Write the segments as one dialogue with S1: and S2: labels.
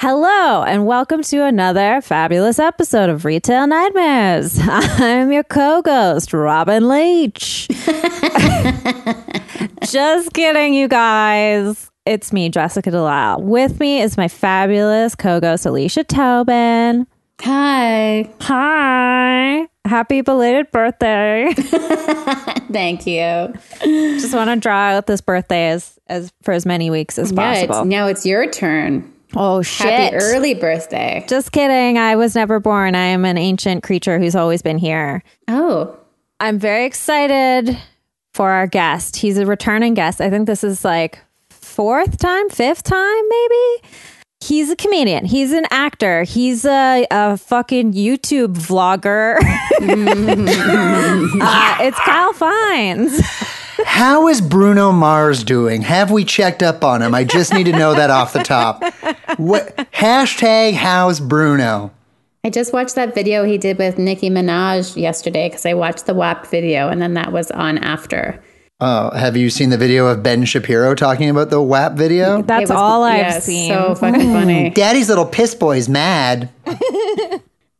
S1: Hello, and welcome to another fabulous episode of Retail Nightmares. I'm your co ghost, Robin Leach. Just kidding, you guys. It's me, Jessica Delisle. With me is my fabulous co ghost, Alicia Tobin.
S2: Hi.
S1: Hi. Happy belated birthday.
S2: Thank you.
S1: Just want to draw out this birthday as, as for as many weeks as
S2: Yeah, it's,
S1: possible.
S2: now it's your turn.
S1: oh, shit.
S2: Happy early birthday.
S1: Just kidding. I was never born. I am an ancient creature who's always been here.
S2: Oh,
S1: I'm very excited for our guest. He's a returning guest. I think this is like fourth time, fifth time, maybe. He's a comedian. He's an actor. He's a, a fucking YouTube vlogger.
S2: Mm-hmm.
S1: uh, it's Kyle Fines.
S3: How is Bruno Mars doing? Have we checked up on him? I just need to know that off the top. What hashtag how's Bruno?
S2: I just watched that video he did with Nicki Minaj yesterday because I watched the WAP video and then that was on after.
S3: Oh, have you seen the video of Ben Shapiro talking about the WAP video?
S2: It
S1: That's
S2: was-
S1: all I've
S2: yeah, it's
S1: seen. Mm.
S2: So fucking funny.
S3: Daddy's little piss boy's mad.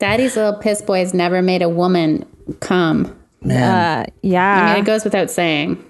S2: Daddy's little piss boys never made a woman come.
S3: Man.
S1: uh, yeah.
S2: I mean, it goes without saying.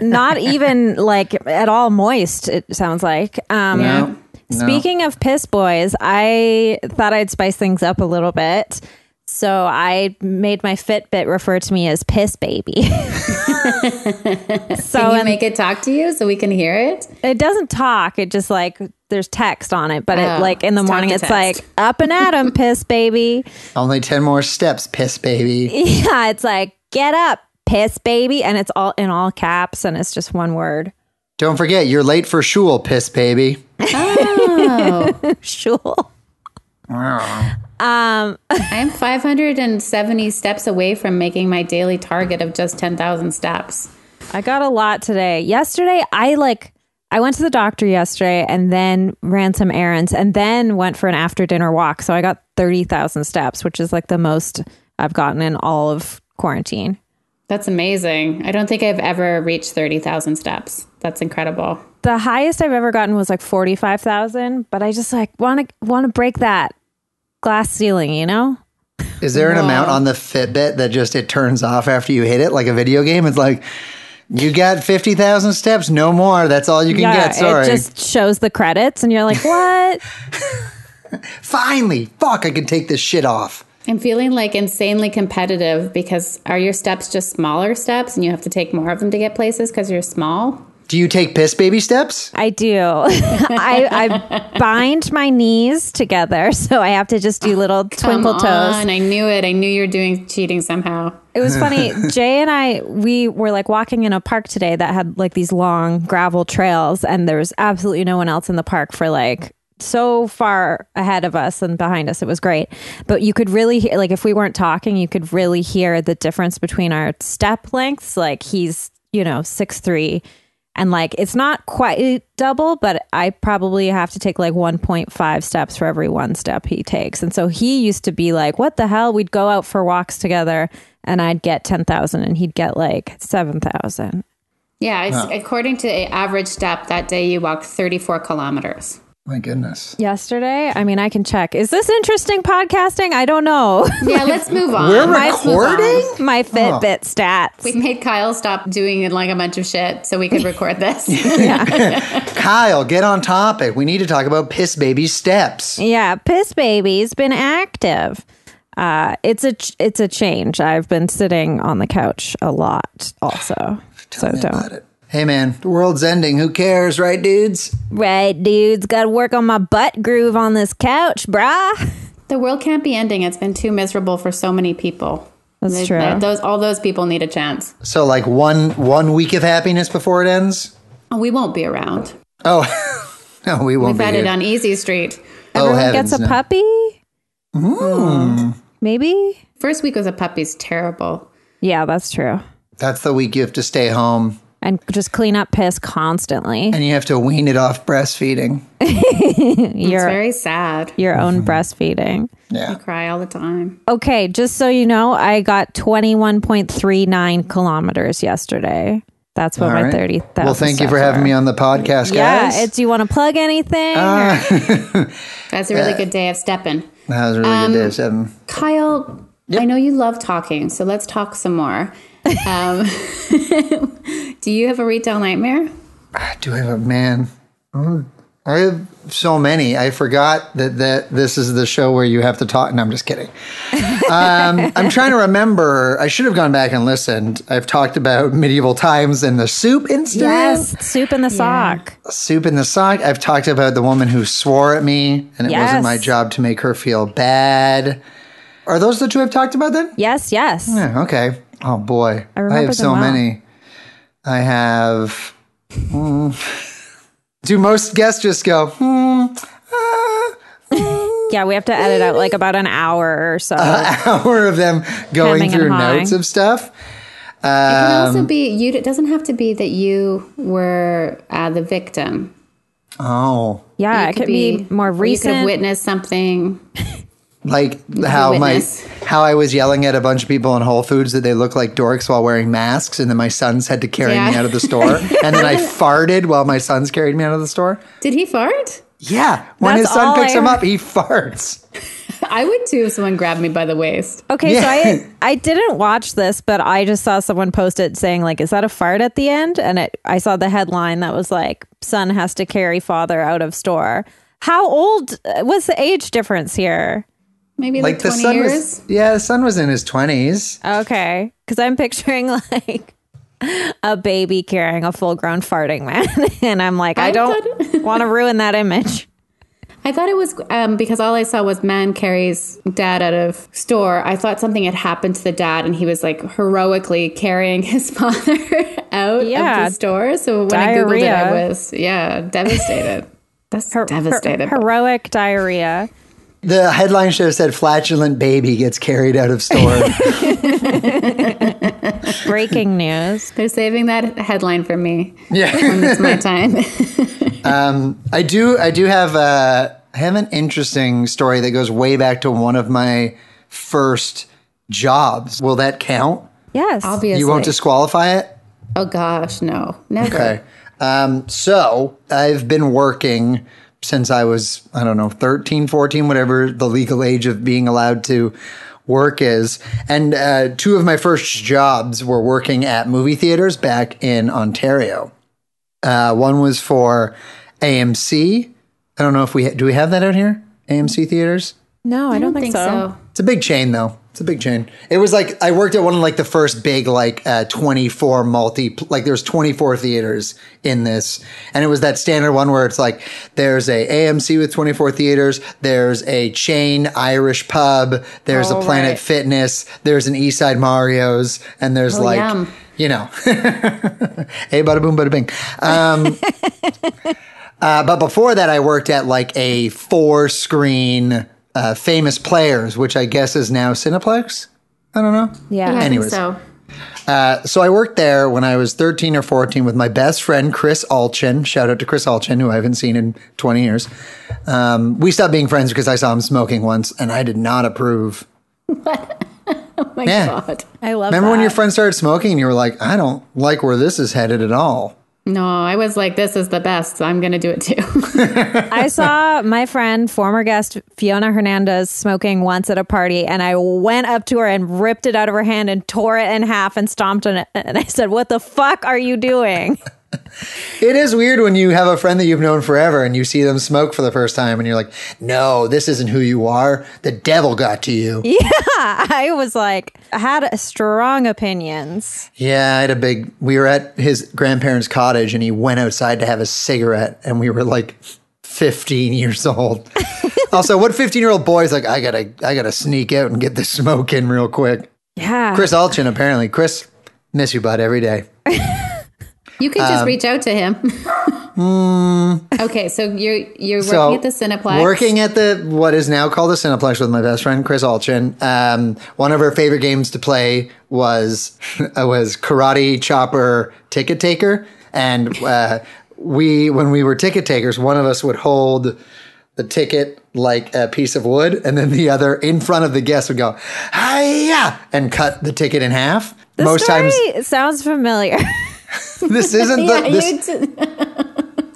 S1: not even like at all moist it sounds like um
S3: No, no.
S1: speaking of piss boys i thought i'd spice things up a little bit so i made my fitbit refer to me as piss baby so
S2: Can you
S1: Oh, and
S2: make it talk to you so we can hear it?
S1: it doesn't talk it just like there's text on it but
S2: Oh,
S1: it like in the
S2: it's
S1: morning it's
S2: talk to
S1: like
S2: text.
S1: up and at 'em, piss baby
S3: Only 10 more steps, piss baby.
S1: yeah it's like get up piss baby and it's all in all caps and it's just one word
S3: Don't forget, you're late for shul, piss baby.
S2: Oh,
S1: shul
S2: I'm 570 steps away from making my daily target of just 10,000 steps.
S1: I got a lot today. Yesterday, I like I went to the doctor yesterday and then ran some errands and then went for an after dinner walk. So I got 30,000 steps, which is like the most I've gotten in all of quarantine.
S2: That's amazing. I don't think I've ever reached 30,000 steps. That's incredible.
S1: The highest I've ever gotten was like 45,000, but I just like want to want to break that glass ceiling, you know?
S3: Is there an amount on the Fitbit that just it turns off after you hit it like a video game? It's like you got 50,000 steps, no more. That's all you can get. Sorry.
S1: it just shows the credits and you're like, "What?"
S3: Finally, fuck, I can take this shit off.
S2: I'm feeling like insanely competitive because are your steps just smaller steps and you have to take more of them to get places because you're small?
S3: Do you take piss baby steps?
S1: I do. I, I bind my knees together, so I have to just do little twinkle
S2: Come
S1: toes.
S2: on, I knew it. I knew you were doing cheating somehow.
S1: It was funny. Jay and I, we were like walking in a park today that had like these long gravel trails, and there was absolutely no one else in the park for like so far ahead of us and behind us. It was great. But you could really hear, like, if we weren't talking, you could really hear the difference between our step lengths. Like, he's, you know, six three, and like, it's not quite double, but I probably have to take like 1.5 steps for every one step he takes. And so he used to be like, what the hell? We'd go out for walks together and I'd get 10,000 and he'd get like 7,000.
S2: Yeah, it's, according to a average step, that day you walked 34 kilometers.
S3: My goodness.
S1: Yesterday, I mean, I can check. Is this interesting podcasting? I don't know.
S2: Yeah, let's move on.
S3: We're
S2: Let's move on.
S3: recording?
S1: My Fitbit stats.
S2: We made Kyle stop doing like a bunch of shit so we could record this.
S3: Kyle, get on topic. We need to talk about piss baby steps.
S1: Yeah, Piss Baby's been active. Uh, it's a ch- it's a change. I've been sitting on the couch a lot, also. so don't.
S3: Hey man, the world's ending. Who cares, right, dudes?
S1: Right, dudes, got to work on my butt groove on this couch, brah.
S2: the world can't be ending. It's been too miserable for so many people.
S1: That's
S2: They-
S1: true.
S2: they- Those all those people need a chance.
S3: So like one one week of happiness before it ends?
S2: Oh, We won't be around.
S3: Oh no, we won't
S2: We've had
S3: be
S2: it
S3: here.
S2: on Easy Street.
S3: oh,
S1: Everyone
S3: heavens,
S1: gets a
S3: no. Hmm.
S1: puppy. Maybe.
S2: First week was a puppy's terrible.
S1: Yeah, that's true.
S3: That's the week you have to stay home
S1: And just clean up piss constantly.
S3: and you have to wean it off breastfeeding.
S2: It's
S1: Your
S2: very sad.
S1: your own
S3: Mm-hmm.
S1: breastfeeding.
S2: I
S3: Yeah.
S2: cry all the time.
S1: Okay, just so you know, I got 21.39 kilometers yesterday. That's what
S3: All
S1: my
S3: right.
S1: thirty thousand.
S3: Well, thank you for having me on the podcast,
S1: Yeah,
S3: guys. Ah.
S1: it's, do you want to plug anything? or-
S2: That's a really good day of stepping.
S3: that was a really good
S1: um,
S3: day, Seven.
S2: Kyle, I know you love talking, so let's talk some more. Um, do you have a retail nightmare?
S3: Do I have a man? Mm, I have so many. I forgot that that this is the show where you have to talk. No, I'm just kidding. Um, I'm trying to remember. I should have gone back and listened. I've talked about medieval times and the soup incident.
S1: yes, soup in the sock.
S3: Soup in the sock. I've talked about the woman who swore at me, and it
S1: Yes.
S3: wasn't my job to make her feel bad. Are those the two I've talked about then?
S1: Yes, yes.
S3: Yeah, Okay. Oh boy, I,
S1: remember them
S3: have so
S1: well.
S3: many. I have. mm. do most guests just go? Hmm. ah,
S1: Yeah, we have to edit out like about an hour or so.
S3: hour of them going
S1: Hemming and
S3: through
S1: hawing.
S3: notes of stuff.
S2: It can
S1: Um,
S2: also be you. It doesn't have to be that you were uh, the victim.
S3: Oh,
S1: yeah,
S2: You
S1: Ah, it could be, more
S2: You could have
S1: recent.
S2: witnessed something.
S3: like how my
S2: witness.
S3: how I was yelling at a bunch of people in Whole Foods that they look like dorks while wearing masks, and then my sons had to carry me
S2: Yeah.
S3: out of the store, and then I farted while my sons carried me out of the store.
S2: Did he fart?
S3: Yeah, when
S1: That's
S3: his son
S1: all
S3: picks
S1: I
S3: him
S1: heard.
S3: up, he farts.
S2: I would too if someone grabbed me by the waist.
S1: Okay,
S3: Yeah.
S1: so I I didn't watch this, but I just saw someone post it saying like, "Is that a fart at the end?" And it, I saw the headline that was like, "Son has to carry father out of store." How old? uh, What's the age difference here?
S2: Maybe like,
S3: like the
S2: 20
S3: son
S2: years.
S3: was yeah the son was in his 20s
S1: Okay, because I'm picturing like a baby carrying a full grown farting man, and I'm like, I,
S2: I
S1: don't want to ruin that image.
S2: I thought it was um, because all I saw was man carries dad out of store. I thought something had happened to the dad and he was like heroically carrying his father out
S1: Yeah.
S2: of the store. So when I Googled it,
S1: Diarrhea.
S2: I was, yeah, devastated. That's devastated.
S1: Heroic diarrhea.
S3: the headline should have said flatulent baby gets carried out of store
S1: Breaking news.
S2: They're saving that headline for me.
S3: yeah
S2: It's my time.
S3: i do i do have uh i have an interesting story that goes way back to one of my first jobs will that count
S1: Yes.
S2: Obviously.
S3: you won't disqualify it
S2: oh gosh, no. Never.
S3: Okay. Um, so I've been working since I was, I don't know, 13, 14, whatever the legal age of being allowed to work is. And uh, two of my first jobs were working at movie theaters back in Ontario. Uh, one was for AMC. I don't know if we ha- do we have that out here? AMC theaters?
S1: no, I don't,
S2: I
S1: think, so.
S3: It's a big chain though. It's a big chain. It was like I worked at one of like the first big like uh, 24 multi like there's 24 theaters in this. And it was that standard one where it's like there's a AMC with 24 theaters, there's a chain Irish pub, there's
S1: Oh,
S3: a Planet
S1: right.
S3: Fitness, there's an Eastside Mario's and there's like
S2: yum.
S3: you know. hey bada boom bada bing. Uh, but before that, I worked at like a four screen uh, famous players, which I guess is now Cineplex. I don't know.
S1: Yeah.
S2: Yeah, I
S3: Anyways.
S2: think so.
S3: So I worked there when I was 13 or 14 with my best friend, Chris Alchin. Shout out to Chris Alchin, who I haven't seen in 20 years. Um, we stopped being friends because I saw him smoking once and I did not approve.
S2: Oh my
S3: Yeah.
S2: God.
S1: I love
S3: Remember
S1: that.
S3: when your friend started smoking and you were like, I don't like where this is headed at all?
S2: No, I was like, this is the best. So I'm going to do it too.
S1: I saw my friend, former guest Fiona Hernandez, smoking once at a party, and I went up to her and ripped it out of her hand and tore it in half and stomped on it. And I said, What the fuck are you doing?
S3: It is weird when you have a friend that you've known forever and you see them smoke for the first time and you're like, no, this isn't who you are. The devil got to you. Yeah,
S1: I was like, I had strong opinions.
S3: I had a big, we were at his grandparents' cottage and he went outside to have a cigarette and we were like 15 years old. also, what 15 year old boy is like, I gotta, I gotta sneak out and get the smoke in real quick.
S1: Yeah.
S3: Chris Alchin, apparently. Chris, miss you, bud, every day.
S2: You could
S3: Um,
S2: just reach out to him. okay, so you're you're working
S3: Hmm. So,
S2: at the Cineplex.
S3: Working at the what is now called the Cineplex with my best friend Chris Alchin. Um, one of her favorite games to play was was Karate Chopper Ticket Taker, and uh, we when we were ticket takers, one of us would hold the ticket like a piece of wood, and then the other in front of the guest would go "Hiya!" and cut the ticket in half.
S1: This
S3: Most times
S1: story sounds familiar.
S3: this isn't the.
S2: yeah,
S3: this,
S2: you did.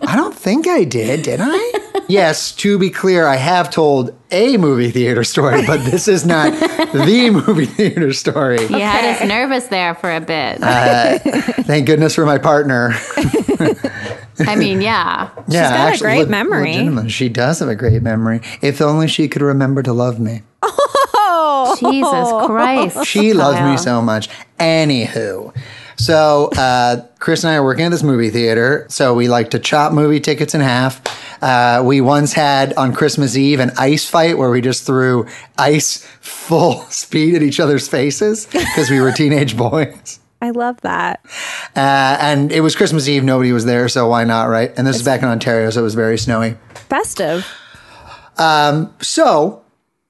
S3: I don't think I did, did I? yes, to be clear, I have told a movie theater story, but this is not the movie theater story.
S4: You had us nervous there for a bit.
S3: Uh, Thank goodness for my partner.
S4: I mean, yeah.
S3: yeah,
S1: got a great
S3: leg-
S1: memory.
S3: legitimately, She does have a great memory. If only she could remember to love me.
S4: Jesus Christ.
S3: She loves me
S4: Kyle.
S3: so much. Anywho. So, uh, Chris and I are working at this movie theater. So, we like to chop movie tickets in half. Uh, we once had on Christmas Eve an ice fight where we just threw ice full speed at each other's faces because we were teenage boys.
S1: I love that.
S3: Uh, and it was Christmas Eve. Nobody was there. So, why not, right? And this is back in Ontario. So, it was very snowy.
S1: Festive.
S3: So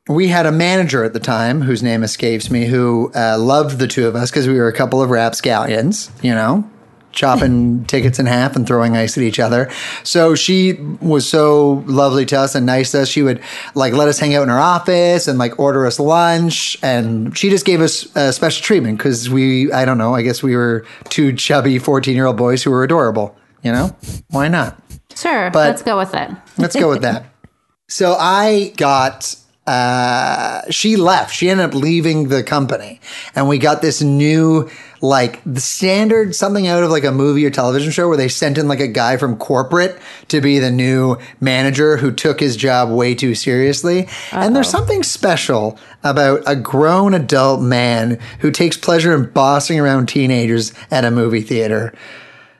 S3: we had a manager at the time whose name escapes me who uh, loved the two of us because we were a couple of rapscallions, you know, chopping tickets in half and throwing ice at each other. So she was so lovely to us and nice to us. She would like let us hang out in her office and like order us lunch. And she just gave us uh, special treatment because we, I don't know, I guess we were two chubby 14 year old boys who were adorable. You know, why not?
S4: Sure.
S3: But-
S4: let's go with it.
S3: Let's go with that. So I got. Uh, she left. She ended up leaving the company, and we got this new, like, the standard something out of like a movie or television show where they sent in like a guy from corporate to be the new manager who took his job way too seriously. And there's something special about a grown adult man who takes pleasure in bossing around teenagers at a movie theater.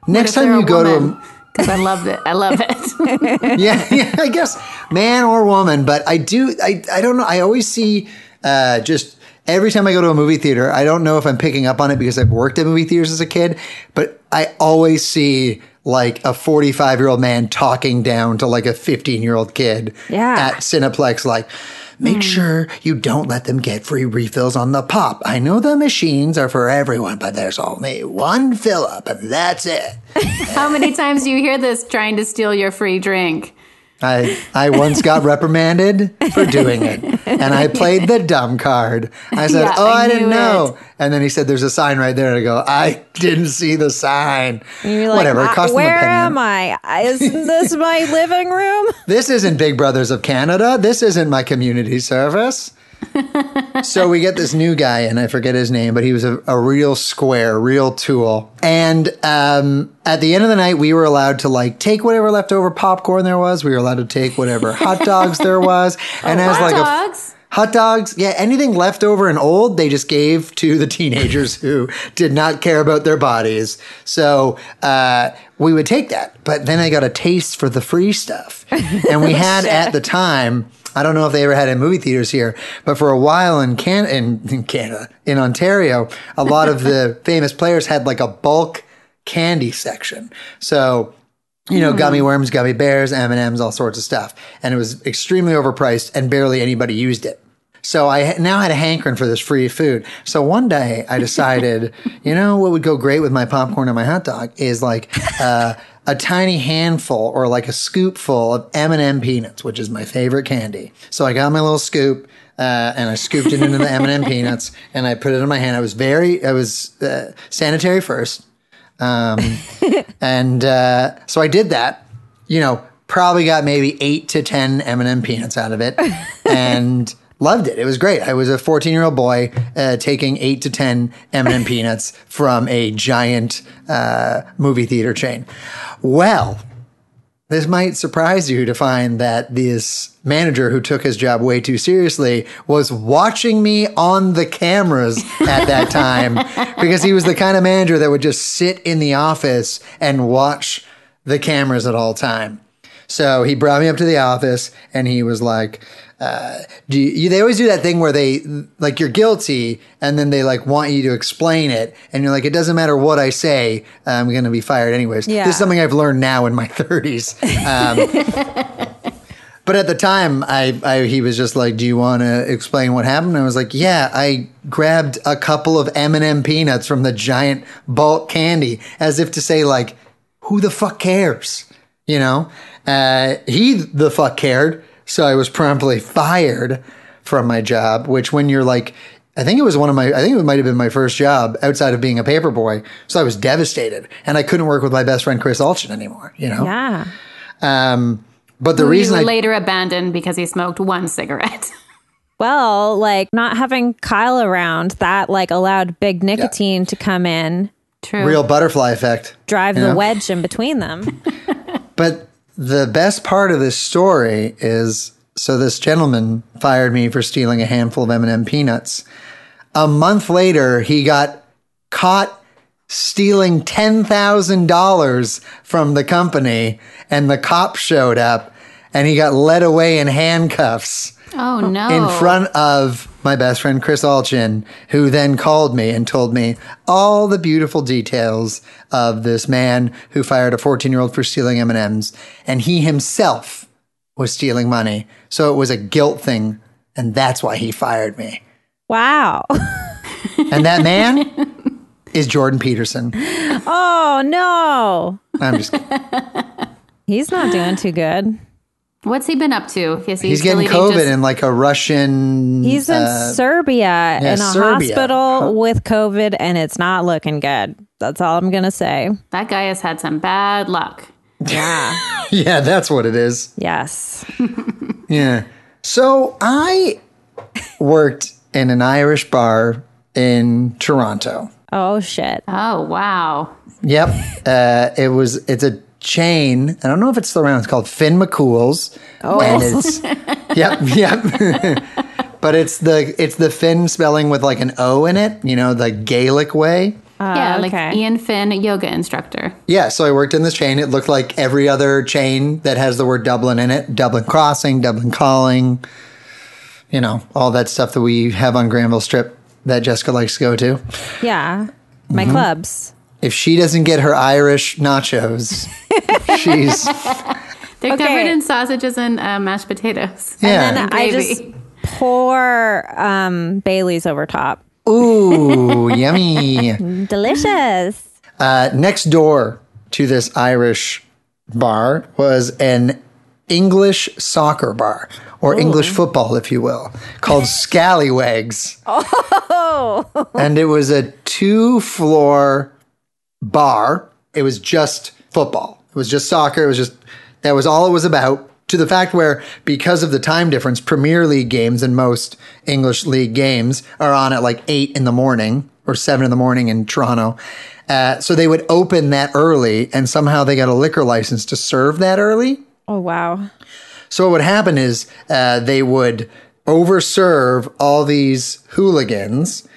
S3: Next
S4: If
S3: time
S4: they're
S3: you
S4: a
S3: go to a,
S4: woman, 'cause I love it. I love it.
S3: yeah, yeah, I guess man or woman, but I do I I don't know. I always see uh just every time I go to a movie theater, I don't know if I'm picking up on it because I've worked at movie theaters as a kid, but I always see like a 45 year old man talking down to like a 15 year old kid
S1: Yeah.
S3: at Cineplex like Make sure you don't let them get free refills on the pop. I know the machines are for everyone, but there's only one fill up, and that's it.
S4: How many times do you hear this trying to steal your free drink?
S3: I I once got reprimanded for doing it, and I played the dumb card. I said,
S4: Yeah,
S3: "Oh, I,
S4: I
S3: didn't
S4: knew
S3: know," and then he said, "There's a sign right there." And I go, "I didn't see the sign."
S1: You're like,
S3: Whatever, it
S1: "Ah,
S3: cost him a
S1: where
S3: penny.
S1: am I? Isn't this my living room?
S3: This isn't Big Brothers of Canada. This isn't my community service. so we get this new guy in. I forget his name, but he was a, a real square, real tool. And um, at the end of the night, we were allowed to like take whatever leftover popcorn there was. We were allowed to take whatever hot dogs there was. And as like a
S4: dogs?
S3: hot dogs, yeah, anything leftover and old, they just gave to the teenagers who did not care about their bodies. So uh, we would take that. But then I got a taste for the free stuff. And we had at the time, I don't know if they ever had it in movie theaters here, but for a while in, Can- in, in Canada, in Ontario, a lot of the famous players had like a bulk candy section. So you know, gummy worms, gummy bears, M and M's, all sorts of stuff, and it was extremely overpriced, and barely anybody used it. So I ha- now had a hankering for this free food. So one day I decided, you know, what would go great with my popcorn and my hot dog is like uh, a tiny handful or like a scoopful of M and M peanuts, which is my favorite candy. So I got my little scoop. Uh, and I scooped it into the M and M peanuts, and I put it in my hand. I was very, I was uh, sanitary first, um, and uh, so I did that. You know, probably got maybe eight to ten M and m peanuts out of it, and loved it. It was great. I was a fourteen-year-old boy uh, taking eight to ten M and m peanuts from a giant uh, movie theater chain. Well, this might surprise you to find that this manager who took his job way too seriously was watching me on the cameras at that time because he was the kind of manager that would just sit in the office and watch the cameras at all time. So he brought me up to the office and he was like, uh, do you, they always do that thing where they like you're guilty and then they like want you to explain it and you're like it doesn't matter what I say I'm gonna be fired anyways.
S1: Yeah.
S3: This is something I've learned now in my 30s. But at the time, I, I he was just like, "Do you want to explain what happened?" I was like, "Yeah, I grabbed a couple of M and m peanuts from the giant bulk candy, as if to say, like, who the fuck cares?" You know, uh, he the fuck cared, so I was promptly fired from my job. Which, when you're like I think it was one of my, I think it might have been my first job outside of being a paper boy. So I was devastated and I couldn't work with my best friend, Chris Alchin anymore, you know?
S1: Yeah.
S3: Um, but the
S4: Who you
S3: reason I,
S4: later abandoned because he smoked one cigarette.
S1: Well, like not having Kyle around, that like allowed big nicotine to come in,
S4: True.
S3: real butterfly effect.
S1: drive
S3: Yeah.
S1: the wedge in between them.
S3: But the best part of this story is so this gentleman fired me for stealing a handful of M&M peanuts. A month later, he got caught stealing $10,000 from the company and the cops showed up and he got led away in handcuffs
S4: oh no.
S3: in front of my best friend Chris Alchin, who then called me and told me all the beautiful details of this man who fired a 14-year-old for stealing M&Ms, and he himself was stealing money. So it was a guilt thing, and that's why he fired me.
S1: Wow.
S3: And that man is Jordan Peterson.
S1: Oh no.
S3: I'm just kidding.
S1: He's not doing too good.
S4: What's he been up to? Is he
S3: he's getting
S4: deleting
S3: COVID
S4: just-
S3: in like a Russian
S1: He's in Serbia in a
S3: Uh, Serbia.
S1: hospital with COVID and it's not looking good. That's all I'm going to say.
S4: that guy has had some bad luck.
S3: Yeah, that's what it is.
S1: Yes.
S3: Yeah. So I worked in an Irish bar in Toronto.
S1: Oh shit.
S4: Oh wow.
S3: Yep. Uh, it was. It's a chain. I don't know if it's still around. It's called Finn McCool's. Oh. And it's. yep. Yep. but it's the it's the Finn spelling with like an O in it. You know, the Gaelic way.
S4: yeah, like
S1: Uh, okay.
S4: Ian Finn, yoga instructor.
S3: Yeah, so I worked in this chain. It looked like every other chain that has the word Dublin in it Dublin Crossing, Dublin Calling, you know, all that stuff that we have on Granville Strip that Jessica likes to go to.
S1: Yeah. My
S3: Mm-hmm.
S1: clubs.
S3: If she doesn't get her Irish nachos, she's.
S4: They're
S1: Okay.
S4: covered in sausages and uh, mashed potatoes.
S1: And
S3: Yeah.
S1: then I just
S4: Gravy.
S1: pour um, Bailey's over top.
S3: Ooh, yummy.
S1: Delicious.
S3: Uh, next door to this Irish bar was an English soccer bar, or English football, if you will, called Scallywags. Oh. And it was a two floor bar. It was just football. It was just soccer. It was just, that was all it was about. To the fact where, because of the time difference, Premier League games and most English league games are on at like eight in the morning or seven in the morning in Toronto. Uh, so they would open that early and somehow they got a liquor license to serve that early.
S1: Oh wow.
S3: So what would happen is uh, they would overserve all these hooligans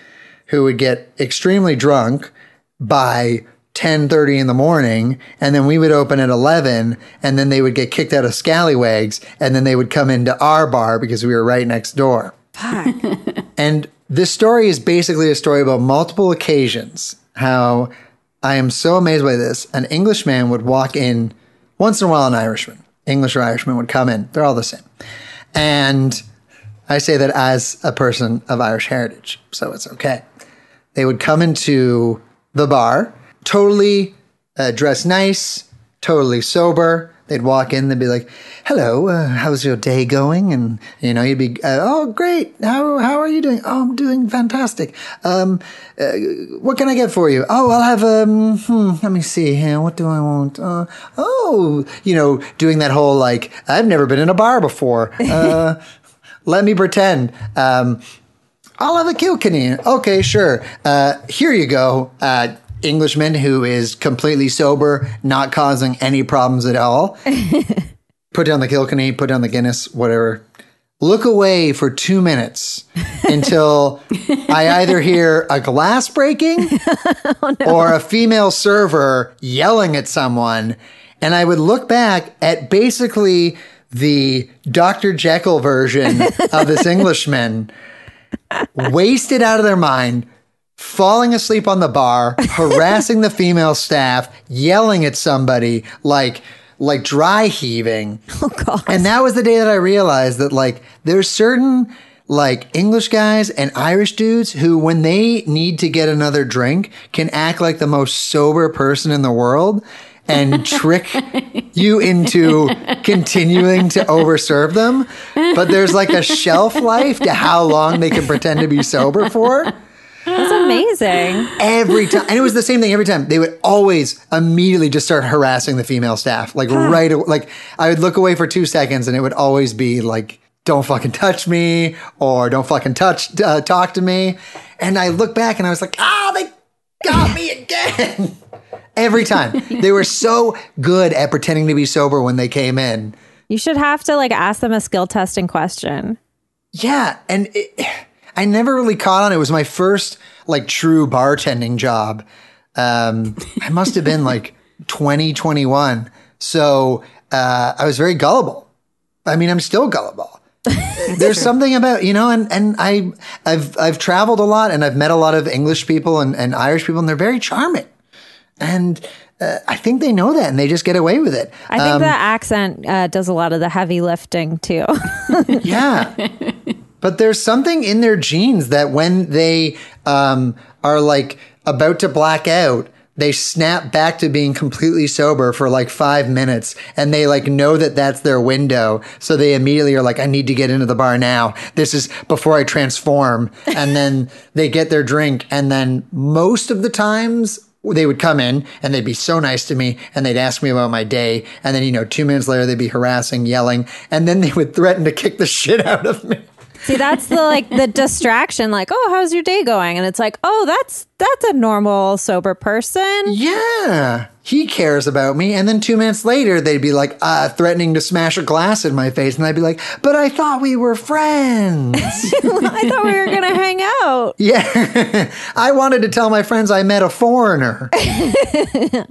S3: who would get extremely drunk by 10:30 in the morning and then we would open at 11 and then they would get kicked out of Scallywags and then they would come into our bar because we were right next door. And this story is basically a story about multiple occasions how I am so amazed by this. An Englishman would walk in, once in a while, an Irishman, English or Irishman would come in. They're all the same. And I say that as a person of Irish heritage, so it's okay. They would come into the bar, totally uh, dressed nice, totally sober. They'd walk in, they'd be like, "Hello, uh, how's your day going?" And you know, you'd be, uh, "Oh, great. How how are you doing? Oh, I'm doing fantastic. Um, uh, what can I get for you? Oh, I'll have um. Hmm, let me see here. What do I want? Uh, oh, you know, doing that whole like, I've never been in a bar before. Uh, let me pretend. Um, I'll have a Kilkenny. Okay, sure. Uh, here you go. Uh, Englishman who is completely sober, not causing any problems at all. put down the Kilkenny, put down the Guinness, whatever. Look away for two minutes until I either hear a glass breaking or a female server yelling at someone. And I would look back at basically the Dr. Jekyll version of this Englishman wasted out of their mind, falling asleep on the bar, harassing the female staff, yelling at somebody, like like dry heaving. Oh god. And that was the day that I realized that like there's certain like English guys and Irish dudes who when they need to get another drink can act like the most sober person in the world. and trick you into continuing to overserve them. But there's like a shelf life to how long they can pretend to be sober for
S1: That's amazing.
S3: every time. And it was the same thing every time. They would always immediately just start harassing the female staff. Like right away. Like I would look away for two seconds and it would always be like, don't fucking touch me or don't fucking touch, uh, talk to me. And I look back and I was like, ah, they got me again. every time. They were so good at pretending to be sober when they came in.
S1: You should have to like ask them a skill testing question.
S3: Yeah, and it, I never really caught on. It was my first like true bartending job. Um, I must have been like 20, 21. So uh, I was very gullible. I mean, I'm still gullible. There's something about you know, and and I I've I've traveled a lot and I've met a lot of English people and, and Irish people, and they're very charming. And uh, I think they know that, and they just get away with it.
S1: I think that accent uh, does a lot of the heavy lifting too.
S3: Yeah. but there's something in their genes that when they um, are like about to black out, they snap back to being completely sober for like five minutes and they like know that that's their window. So they immediately are like, I need to get into the bar now. This is before I transform. And then they get their drink. And then most of the times they would come in and they'd be so nice to me and they'd ask me about my day. And then, you know, two minutes later, they'd be harassing, yelling, and then they would threaten to kick the shit out of me.
S1: See, that's the like the distraction. Like, oh, how's your day going? And it's like, oh, that's that's a normal sober person.
S3: Yeah, he cares about me. And then two minutes later, they'd be like uh, threatening to smash a glass in my face. And I'd be like, but I thought we were friends.
S1: I thought we were gonna hang out.
S3: yeah, I wanted to tell my friends I met a foreigner.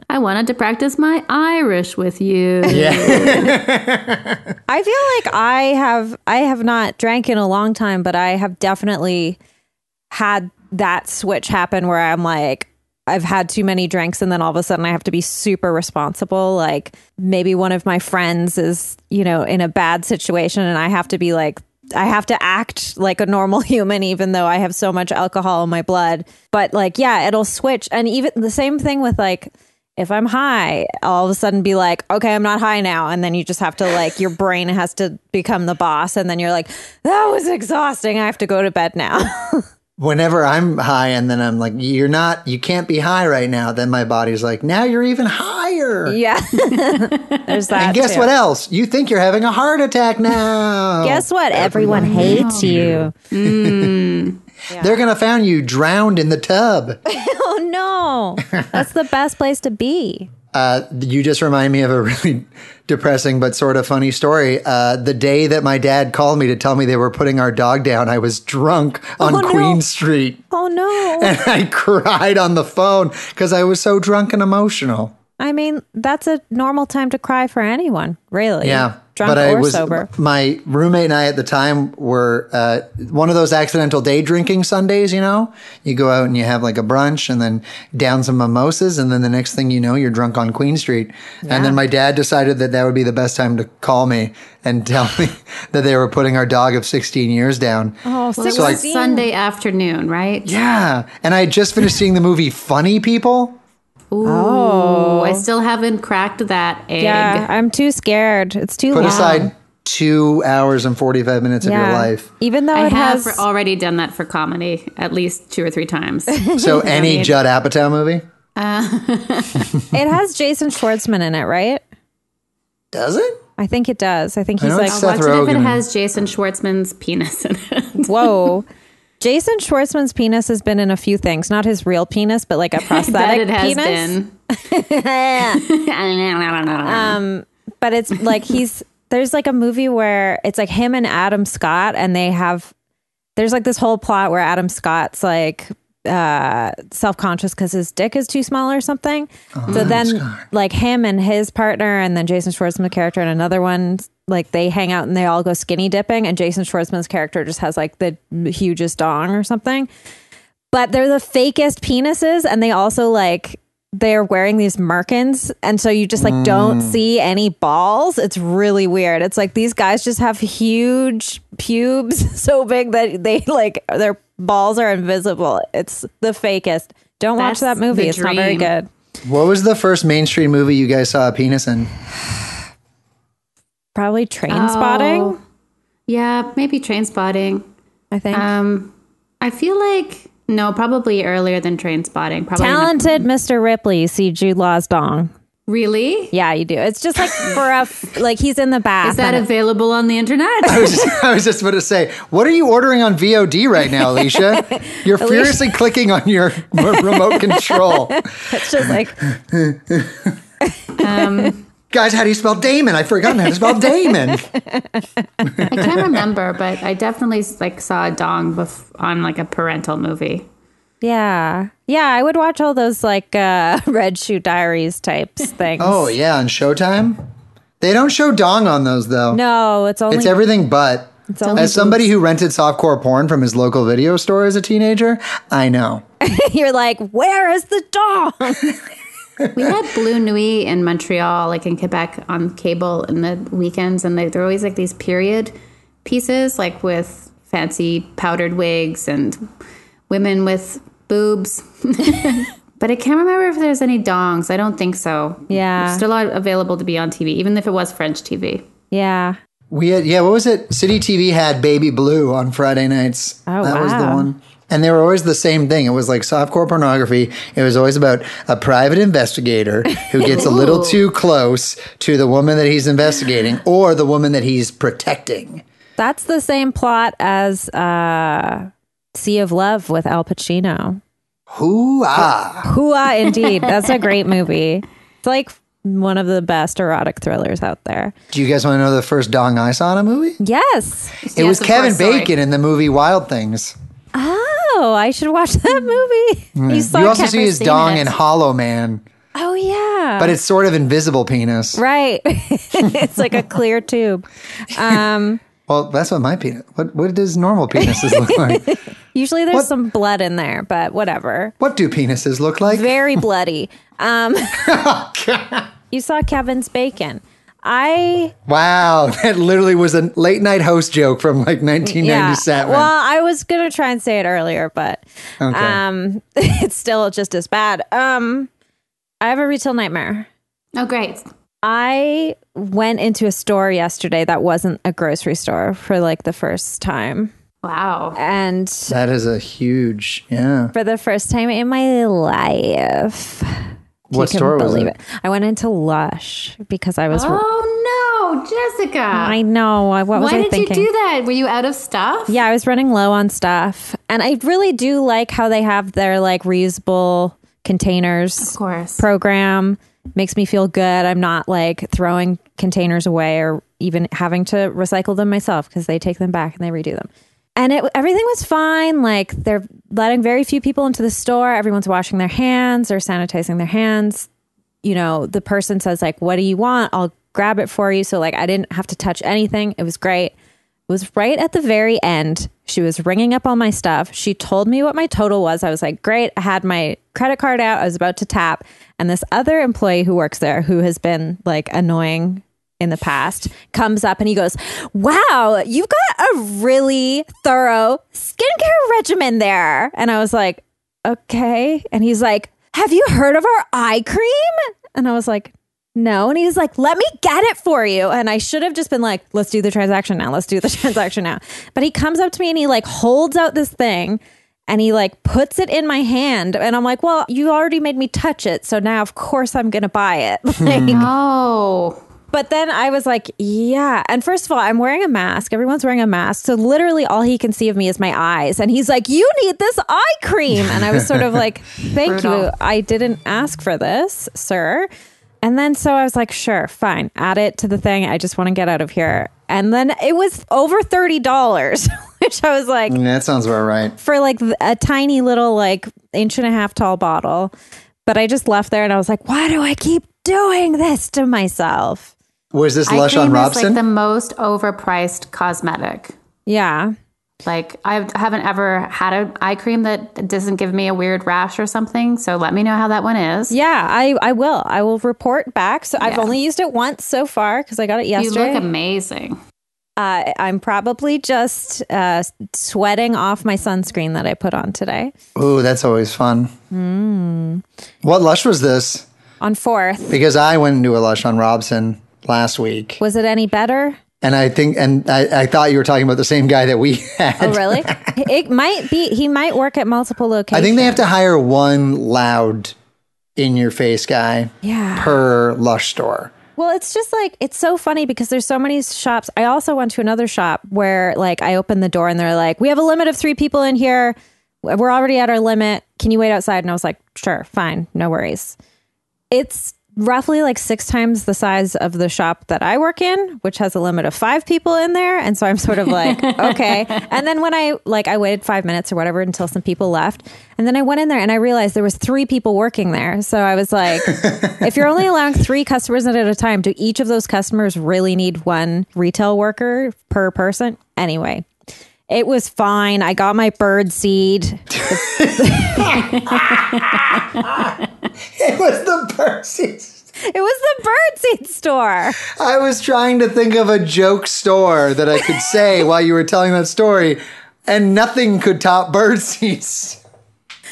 S4: I wanted to practice my Irish with you.
S1: I feel like I have I have not drank in a long time, but I have definitely had that switch happen where I'm like I've had too many drinks and then all of a sudden I have to be super responsible. Like maybe one of my friends is, you know, in a bad situation and I have to be like I have to act like a normal human even though I have so much alcohol in my blood. But like yeah, it'll switch and even the same thing with like if I'm high, all of a sudden be like, okay, I'm not high now. And then you just have to like, your brain has to become the boss. And then you're like, that was exhausting. I have to go to bed now.
S3: Whenever I'm high and then I'm like, you're not, you can't be high right now, then my body's like, now you're even higher.
S1: yeah. There's that.
S3: And guess
S1: too.
S3: what else? You think you're having a heart attack now.
S1: Guess what? Everyone, hates you.
S3: They're going to find you drowned in the tub.
S1: Oh, no. That's the best place to be.
S3: Uh, you just remind me of a really depressing but sort of funny story. Uh, the day that my dad called me to tell me they were putting our dog down, I was drunk on
S1: Oh, no.
S3: Queen Street
S1: Oh, no.
S3: and I cried on the phone because I was so drunk and emotional.
S1: I mean, that's a normal time to cry for anyone, really.
S3: Yeah.
S1: Drunk
S3: but
S1: or
S3: I was,
S1: sober.
S3: My roommate and I at the time were uh, one of those accidental day drinking Sundays, you know? You go out and you have like a brunch and then down some mimosas. And then the next thing you know, you're drunk on Queen Street. And then my dad decided that that would be the best time to call me and tell me that they were putting our dog of 16 years down.
S1: Oh,
S2: Well, it was
S1: 16.
S2: Sunday afternoon, right?
S3: Yeah. And I had just finished seeing the movie Funny People.
S2: Ooh, I still haven't cracked that egg.
S1: Oh. Yeah. I'm too scared. It's too
S3: Put
S1: long.
S3: aside two hours and 45 minutes of your life.
S1: Even though
S2: I
S1: Oh, it
S2: have
S1: has
S2: already done that for comedy at least two or three times.
S3: So, any Judd Apatow movie?
S1: it has Jason Schwartzman in it, right?
S3: Does it?
S1: I think it does. I think he's
S3: know
S1: like,
S3: it's
S2: Watch
S3: Seth
S2: it if it
S3: Rogen.
S2: has Jason Schwartzman's penis in it.
S1: whoa. Jason Schwartzman's penis has been in a few things, not his real penis, but like a
S2: that
S1: prosthetic
S2: it has
S1: penis.
S2: been.
S1: But it's like he's there's like a movie where it's like him and Adam Scott, and they have there's like this whole plot where Adam Scott's like uh self-conscious because his dick is too small or something so then like him and his partner and then jason schwartzman's character and another one like they hang out and they all go skinny dipping and jason schwartzman's character just has like the hugest dong or something but they're the fakest penises and they also like they're wearing these merkins and so you just like don't see any balls it's really weird it's like these guys just have huge pubes so big that they like their balls are invisible it's the fakest don't watch
S2: That's
S1: that movie
S2: the
S1: it's not very
S2: dream.
S1: good
S3: What was the first mainstream movie you guys saw a penis in?
S1: Probably train spotting,
S2: Oh. Yeah, maybe train spotting.
S1: I think.
S2: Um, I feel like no, probably earlier than train spotting. Probably not-
S1: Talented Mr. Ripley, see Jude Law's dong.
S2: Really?
S1: Yeah, you do. It's just like for a f- like he's in the bath.
S2: Is that
S1: and-
S2: available on the internet?
S3: I was, just, I was just about to say, what are you ordering on VOD right now, Alicia? You're furiously clicking on your r- remote control.
S1: it's just like
S2: Um,
S3: Guys, how do you spell Damon? I've forgotten how to spell Damon.
S2: I can't remember, but I definitely like saw a dong bef- on like a parental movie.
S1: yeah, yeah. I would watch all those like uh, Red Shoe Diaries types things.
S3: Oh, yeah, on Showtime? They don't show dong on those, though.
S1: no, it's only
S3: It's everything but.
S1: only
S3: as somebody who rented softcore porn from his local video store as a teenager, I know.
S1: you're like, where is the dong?
S2: We had Blue Nuit in Montreal, like in Quebec, on cable in the weekends, and they, they're always like these period pieces, like with fancy powdered wigs and women with boobs. but I can't remember if there's any dongs. I don't think so.
S1: Yeah.
S2: Still are available to be on TV, even if it was French TV.
S1: Yeah,
S3: We had, yeah, what was it? City TV had Baby Blue on Friday nights.
S1: Oh,
S3: that was the
S1: wow.
S3: one. And they were always the same thing. It was like softcore pornography. It was always about a private investigator who gets a little too close to the woman that he's investigating or the woman that he's protecting.
S1: that's the same plot as uh, Sea of Love with Al Pacino.
S3: Hoo ah.
S1: Hua, indeed. That's a great movie. It's like one of the best erotic thrillers out there.
S3: Do you guys want to know the first dong I saw in a movie?
S1: Yes.
S3: It was
S2: of
S3: Kevin
S2: course, sorry.
S3: Bacon in the movie Wild Things.
S1: Oh, I should watch that movie. You saw
S3: Mm. you also
S1: Kevin-
S3: see his
S2: seen
S3: dong
S2: it.
S3: in Hollow Man,
S1: Oh yeah.
S3: but it's sort of invisible penis.
S1: right. it's like a clear tube. Um
S3: Well, that's what my penis. What what does normal penises look like?
S1: usually there's
S3: What?
S1: some blood in there, but whatever.
S3: What do penises look like?
S1: Very bloody. Um You saw Kevin's bacon. I
S3: Wow, that literally was a late night host joke from like 1997.
S1: Well, I was gonna try and say it earlier, but um, it's still just as bad. Um, I have a retail nightmare.
S2: Oh, great.
S1: I went into a store yesterday that wasn't a grocery store for like the first time, Oh.
S2: Wow.
S1: and
S3: that is a huge, yeah.
S1: for the first time in my life,
S3: What
S1: can
S3: store was
S1: believe
S3: it?
S1: it. I went into Lush because I was.
S2: Oh, no, Jessica.
S1: I know. I- What was
S2: Why
S1: I
S2: did
S1: thinking?
S2: you do that? Were you out of stuff?
S1: Yeah, I was running low on stuff. And I really do like how they have their like reusable containers
S2: Of course.
S1: program. Makes me feel good. I'm not like throwing containers away or even having to recycle them myself because they take them back and they redo them. And it everything was fine. Like they're letting very few people into the store. Everyone's washing their hands or sanitizing their hands you know, the person says like, "What do you want? I'll grab it for you." So like, I didn't have to touch anything. It was great. It was right at the very end. She was ringing up all my stuff. She told me what my total was. I was like, "Great." I had my credit card out. I was about to tap, and this other employee who works there, who has been like annoying in the past, comes up and he goes, "Wow, you've got a really thorough skincare regimen there." And I was like, okay. And he's like, Have you heard of our eye cream? And I was like, No. And he's like, Let me get it for you. And I should have just been like, Let's do the transaction now. Let's do the transaction now. But he comes up to me and he like holds out this thing and he like puts it in my hand. And I'm like, Well, you already made me touch it. So now, of course, I'm going to buy it. Like,
S2: Oh.
S1: but then I was like, yeah. And first of all, I'm wearing a mask. Everyone's wearing a mask. So literally all he can see of me is my eyes. And he's like, you need this eye cream. And I was sort of like, thank you.
S2: Brutal.
S1: I didn't ask for this, sir. And then so I was like, sure, fine, add it to the thing. I just want to get out of here. And then it was over $30, which I was like,
S3: That sounds about right.
S1: for like th- a tiny little like inch and a half tall bottle. But I just left there and I was like, why do I keep doing this to myself?
S3: Was this Lush
S2: cream
S3: on
S2: is like
S3: Robson?
S2: the most overpriced cosmetic.
S1: Yeah.
S2: Like I haven't ever had an eye cream that doesn't give me a weird rash or something. So let me know how that one is.
S1: Yeah, I, I will. I will report back. So I've only used it once so far because I got it
S2: you
S1: yesterday.
S2: look amazing.
S1: uh, I'm probably just uh, sweating off my sunscreen that I put on today. Hmm.
S3: Ooh, that's always fun. What Lush was this?
S1: on fourth.
S3: because I went into a Lush on Robson last week,
S1: Was it any better?
S3: and I think and I, I thought you were talking about the same guy that we had.
S1: Oh, really? it might be. He might work at multiple
S3: I
S1: locations.
S3: think they have to hire one loud in your face guy
S1: Yeah.
S3: per Lush store.
S1: Well, it's just like it's so funny because there's so many shops. I also went to another shop where like I opened the door and they're like, "We have a limit of 3 people in here. We're already at our limit. Can you wait outside?" And I was like, "Sure, fine. No worries." It's roughly like 6 times the size of the shop that I work in, which has a limit of 5 people in there, and so I'm sort of like, "Okay." And then when I like I waited 5 minutes or whatever until some people left, and then I went in there and I realized there was 3 people working there. So I was like, if you're only allowing three customers in at a time, do each of those customers really need one retail worker per person? Anyway, it was fine. I got my bird seed.
S3: It was the Percy's.
S1: It was the bird seed store.
S3: I was trying to think of a joke store that I could say while you were telling that story, and nothing could top Birdseeds.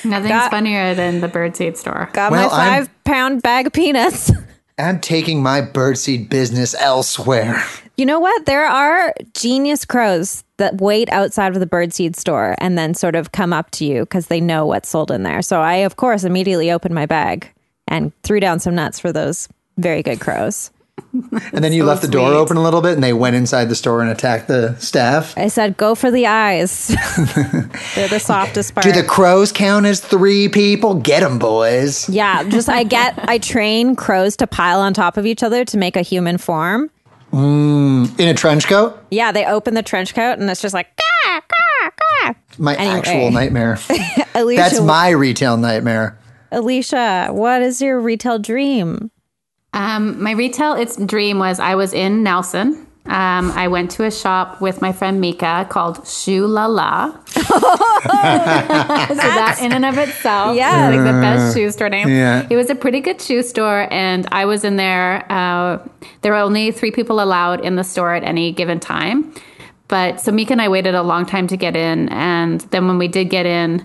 S2: Nothing's
S1: Got-
S2: funnier than the birdseed store.
S1: Got
S3: Well,
S1: my
S3: I'm-
S1: five pound bag of peanuts.
S3: I'm taking my birdseed business elsewhere.
S1: You know what? There are genius crows that wait outside of the birdseed store and then sort of come up to you because they know what's sold in there. So I, of course, immediately opened my bag and threw down some nuts for those very good crows.
S3: And then you left the door
S2: sweet.
S3: open a little bit, and they went inside the store and attacked the staff.
S1: I said, go for the eyes. They're the softest part.
S3: Do the crows count as three people? Get them, boys.
S1: yeah, just I get, I train crows to pile on top of each other to make a human form.
S3: In a trench coat?
S1: Yeah, they open the trench coat and it's just like, "Caw, caw, caw."
S3: My
S1: Anyway.
S3: actual nightmare.
S1: Alicia,
S3: That's my retail nightmare.
S1: Alicia, what is your retail dream?
S2: Um, my retail its dream was I was in Nelson. Um, I went to a shop with my friend Mika called Shoe La La. so that in and of itself,
S1: Yeah.
S2: is like the best shoe store name.
S3: Yeah.
S2: It was a pretty good shoe store, and I was in there. Uh, there were only three people allowed in the store at any given time. But so Mika and I waited a long time to get in, and then when we did get in,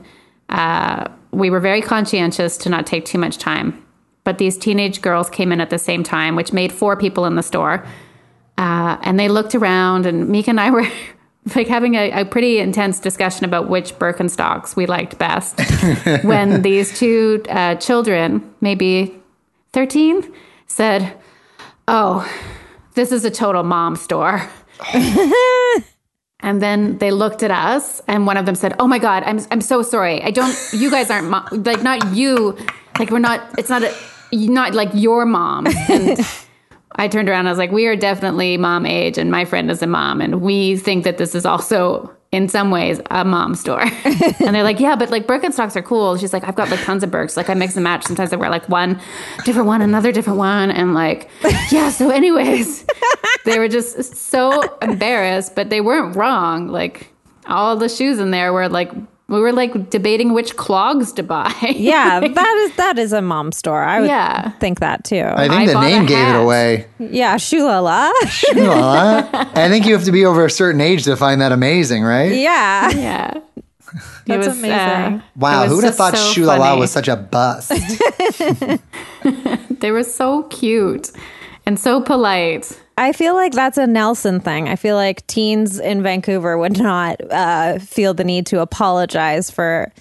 S2: uh, we were very conscientious to not take too much time. But these teenage girls came in at the same time, which made four people in the store. Uh, and they looked around, and Mika and I were like having a, a pretty intense discussion about which Birkenstocks we liked best. when these two uh, children, maybe 13, said, Oh, this is a total mom store. And then they looked at us, and one of them said, "Oh my God, I'm I'm so sorry. I don't. You guys aren't mo- like not you. Like we're not. It's not a not like your mom." And I turned around. I was like, "We are definitely mom age, and my friend is a mom, and we think that this is also." In some ways, a mom store, and they're like, "Yeah, but like Birkenstocks are cool." She's like, "I've got like tons of Birks. Like I mix and match. Sometimes I wear like one different one, another different one, and like, yeah." So, anyways, they were just so embarrassed, but they weren't wrong. Like all the shoes in there were like we were like debating which clogs to buy.
S1: Yeah, that is that is a mom store. I would
S2: Yeah.
S1: think that too.
S3: I think
S2: I
S3: the
S2: bought a
S3: name gave it
S2: hat.
S3: away.
S1: yeah, shulala.
S3: Aw. I think you have to be over a certain age to find that amazing, right?
S1: yeah.
S2: yeah. It
S1: That's
S2: was, uh,
S1: amazing.
S2: it
S3: Wow,
S2: was
S3: who'd have
S2: just
S3: thought
S2: so
S3: Shulala
S2: funny.
S3: was such a bust?
S2: They were so cute and so polite.
S1: I feel like that's a Nelson thing. I feel like teens in Vancouver would not uh, feel the need to apologize for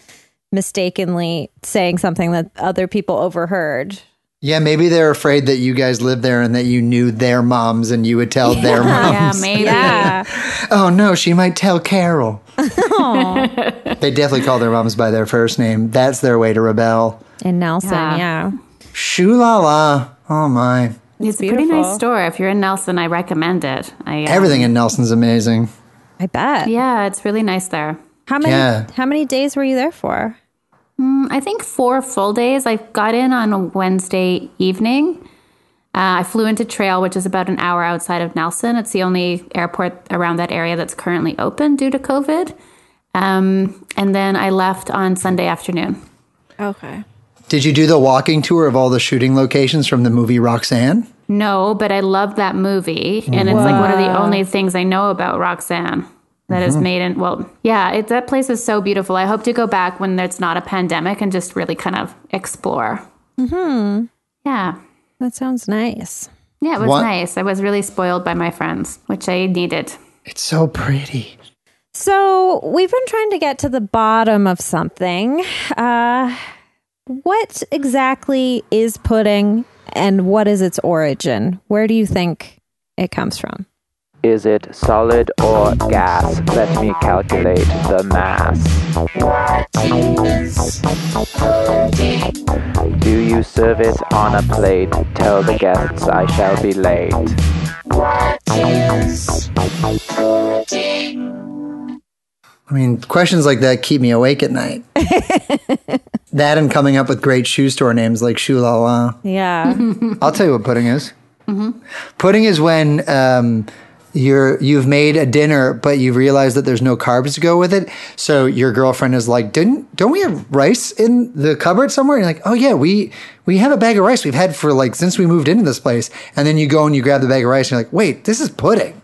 S1: mistakenly saying something that other people overheard.
S3: yeah, maybe they're afraid that you guys lived there and that you knew their moms and you would tell their
S2: Yeah,
S3: moms.
S2: maybe.
S1: Yeah.
S3: Oh no, she might tell Carol. they definitely call their moms by their first name. That's their way to rebel.
S1: in Nelson,
S2: Yeah.
S1: yeah.
S3: Shulala. Oh my.
S2: It's a pretty nice store. If you're in Nelson, I recommend it. I, uh,
S3: Everything in Nelson's amazing.
S1: I bet.
S2: Yeah, it's really nice there.
S1: How many
S3: Yeah.
S1: how many days were you there for?
S2: I think four full days. I got in on Wednesday evening. Uh, I flew into Trail, which is about an hour outside of Nelson. It's the only airport around that area that's currently open due to COVID. Um, and then I left on Sunday afternoon.
S1: Okay.
S3: Did you do the walking tour of all the shooting locations from the movie Roxanne?
S2: No, but I love that movie, and it's like one of the only things I know about Roxanne that is made in. Well, yeah, it, that place is so beautiful. I hope to go back when there's not a pandemic and just really kind of explore. Mm-hmm. Yeah.
S1: That sounds nice.
S2: Yeah, it was
S3: What-
S2: nice. I was really spoiled by my friends, which I needed.
S3: It's so pretty.
S1: So we've been trying to get to the bottom of something. Uh, what exactly is pudding, and what is its origin? Where do you think it comes from?
S5: Is it solid or gas? Let me calculate the mass. Do you serve it on a plate? Tell the guests I shall be late.
S3: I mean, questions like that keep me awake at night. that and coming up with great shoe store names like Shoe La La.
S1: Yeah,
S3: I'll tell you what pudding is. Pudding is when um, you're you've made a dinner, but you realize that there's no carbs to go with it. So your girlfriend is like, "Didn't don't we have rice in the cupboard somewhere?" And you're like, "Oh yeah, we we have a bag of rice we've had for like since we moved into this place." And then you go and you grab the bag of rice, and you're like, "Wait, this is pudding."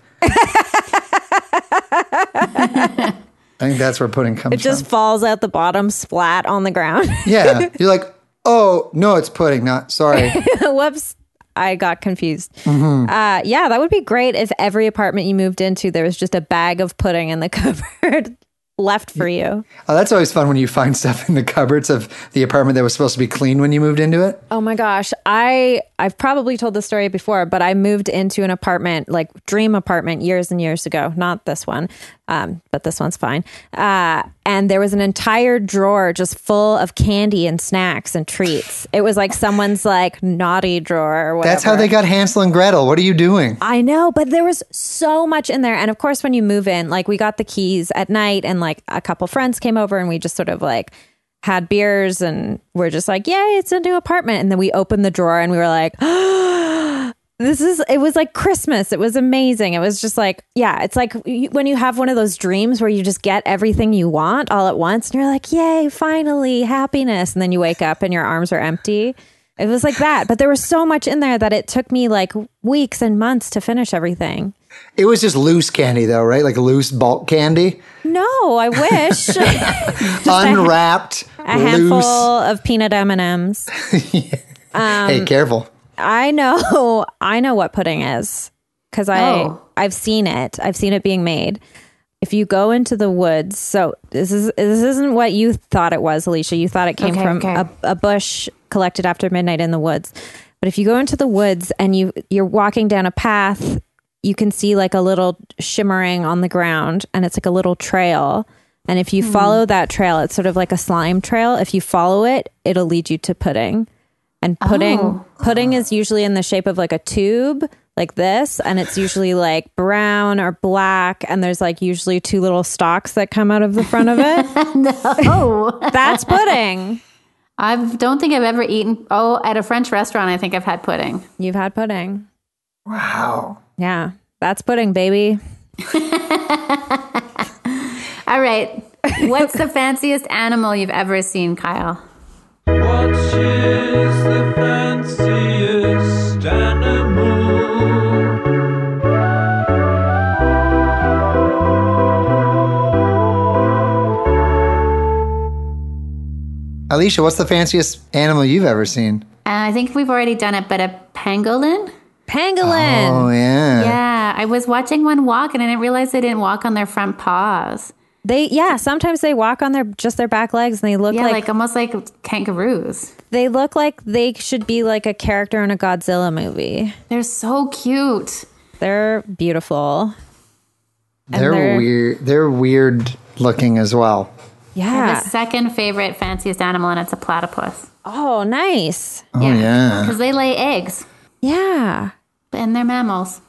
S3: I think that's where pudding comes
S1: it just
S3: from.
S1: falls out the bottom, splat on the ground.
S3: Yeah, you're like, "Oh no, it's pudding, not sorry."
S1: Whoops. I got confused. Uh, yeah, that would be great if every apartment you moved into, there was just a bag of pudding in the cupboard left for you.
S3: Oh, that's always fun when you find stuff in the cupboards of the apartment that was supposed to be clean when you moved into it.
S1: Oh my gosh. I, I've probably told this story before, but I moved into an apartment, like dream apartment years and years ago. Not this one, um, but this one's fine. Uh, and there was an entire drawer just full of candy and snacks and treats. It was like someone's like naughty drawer or whatever.
S3: That's how they got Hansel and Gretel. What are you doing?
S1: I know, but there was so much in there. And of course, when you move in, like we got the keys at night and like a couple friends came over and we just sort of like had beers and we're just like, yay, it's a new apartment. And then we opened the drawer and we were like, this is, it was like Christmas. It was amazing. It was just like, yeah, it's like you- when you have one of those dreams where you just get everything you want all at once and you're like, yay, finally, happiness. And then you wake up and your arms are empty. It was like that, but there was so much in there that it took me like weeks and months to finish everything.
S3: It was just loose candy, though, right? Like loose bulk candy,
S1: No, I wish a
S3: unwrapped,
S1: handful
S3: loose.
S1: of peanut M and M's. um,
S3: hey, careful.
S1: I know, I know what pudding is because I
S2: Oh.
S1: I've seen it. I've seen it being made. If you go into the woods, so this is this isn't what you thought it was, Alicia. You thought it came
S2: Okay,
S1: from
S2: okay.
S1: a, a bush collected after midnight in the woods. But if you go into the woods and you you're walking down a path, you can see like a little shimmering on the ground, and it's like a little trail. And if you
S2: Hmm.
S1: follow that trail, it's sort of like a slime trail. If you follow it, it'll lead you to pudding. And pudding pudding is usually in the shape of like a tube like this and it's usually like brown or black and there's like usually two little stalks that come out of the front of it.
S2: Oh,
S1: That's pudding.
S2: I don't think I've ever eaten. Oh, at a French restaurant, I think I've had pudding.
S1: You've had pudding.
S3: Wow.
S1: Yeah. That's pudding, baby.
S2: All right. What's the fanciest animal you've ever seen, Kyle?
S6: What is the fanciest animal?
S3: Alicia, what's the fanciest animal you've ever seen?
S2: Uh, I think we've already done it, but a pangolin?
S1: Pangolin.
S3: Oh, yeah.
S2: Yeah, I was watching one walk and I didn't realize they didn't walk on their front paws.
S1: They yeah, sometimes they walk on their just their back legs and they look
S2: Yeah, like,
S1: like,
S2: almost like kangaroos.
S1: they look like they should be like a character in a Godzilla movie.
S2: They're so cute.
S1: They're beautiful. And
S3: They're, weird. They're weird looking as well.
S1: Yeah.
S2: The second favorite fanciest animal, and it's a platypus.
S1: Oh, nice.
S3: Oh, yeah.
S2: Because they lay eggs
S1: Yeah.
S2: and they're mammals.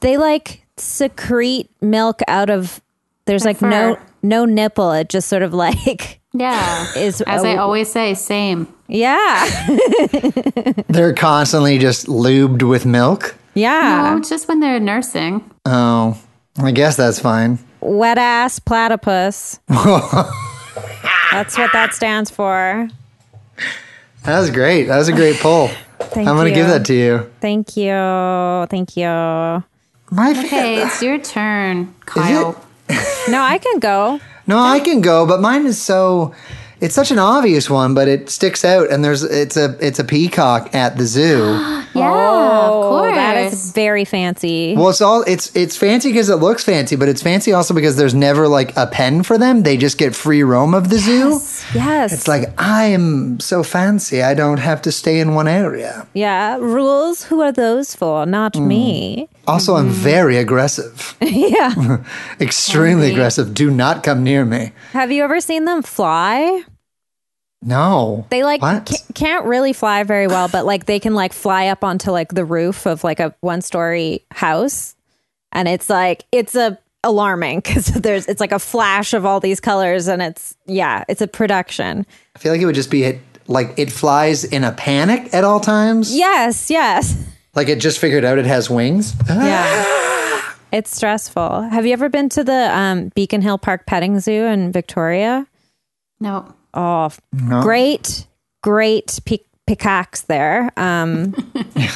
S1: they like secrete milk out of there's like no
S2: fur.
S1: no nipple it just sort of like
S2: Yeah.
S1: is
S2: As
S1: a-
S2: I always say, same.
S1: yeah
S3: They're constantly just lubed with milk.
S1: yeah
S2: Oh, just when they're nursing.
S3: Oh, I guess that's fine.
S1: wet ass platypus that's what that stands for
S3: That was great. That was a great pull.
S1: thank
S3: I'm going
S1: you
S3: to give that to you.
S1: thank you thank you no
S3: My fa-
S2: Okay, it's your turn, Kyle.
S1: i can go
S3: No, I can go, but mine is so It's such an obvious one, but it sticks out. And there's it's a it's a peacock at the zoo.
S2: Yeah, of
S1: Oh,
S2: course.
S1: that is very fancy.
S3: well, it's all it's it's fancy because it looks fancy, but it's fancy also because there's never like a pen for them. They just get free roam of the zoo.
S1: yes.
S3: It's like I'm so fancy, I don't have to stay in one area.
S1: yeah. Rules. Who are those for? Not
S3: Mm.
S1: me.
S3: Also,
S1: Mm-hmm.
S3: I'm very aggressive,
S1: yeah.
S3: extremely aggressive. Do not come near me.
S1: Have you ever seen them fly?
S3: No,
S1: They like
S3: What?
S1: ca- can't really fly very well, but like they can like fly up onto like the roof of like a one story house, and it's like it's a alarming because there's it's like a flash of all these colors, and it's yeah, it's a production.
S3: I feel like it would just be it. Like it flies in a panic at all times.
S1: Yes, yes,
S3: Like it just figured out it has wings.
S1: yeah. It's stressful. Have you ever been to the um, Beacon Hill Park Petting Zoo in Victoria?
S2: no.
S1: Oh, great, great pe- peacocks there. Um,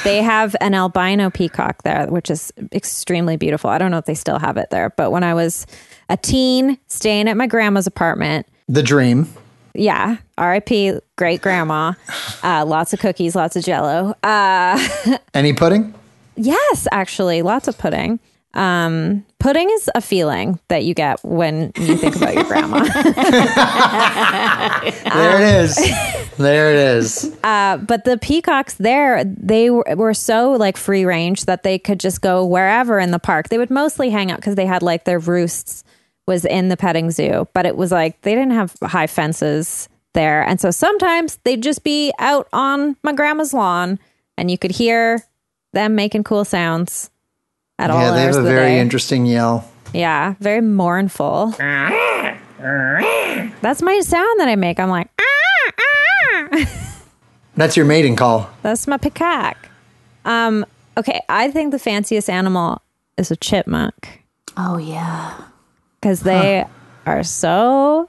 S1: they have an albino peacock there, which is extremely beautiful. I don't know if they still have it there, but when I was a teen staying at my grandma's apartment,
S3: The dream.
S1: yeah, RIP, great grandma, uh, lots of cookies, lots of jello. Uh,
S3: Any pudding?
S1: Yes, actually, lots of pudding. Um, pudding is a feeling that you get when you think about your grandma.
S3: There
S1: Ah.
S3: it is. there it is.
S1: but the peacocks there they were, were so like free range that they could just go wherever in the park they would mostly hang out because they had like their roosts was in the petting zoo but it was like they didn't have high fences there and so sometimes they'd just be out on my grandma's lawn and you could hear them making cool sounds at all
S3: yeah,
S1: hours
S3: they have
S1: of
S3: a
S1: the
S3: very
S1: day.
S3: interesting yell.
S1: yeah very mournful that's my sound that i make i'm like "Ah, ah."
S3: That's your mating call.
S1: That's my peacock. Um, okay, I think the fanciest animal is a chipmunk
S2: Oh yeah.
S1: because they are so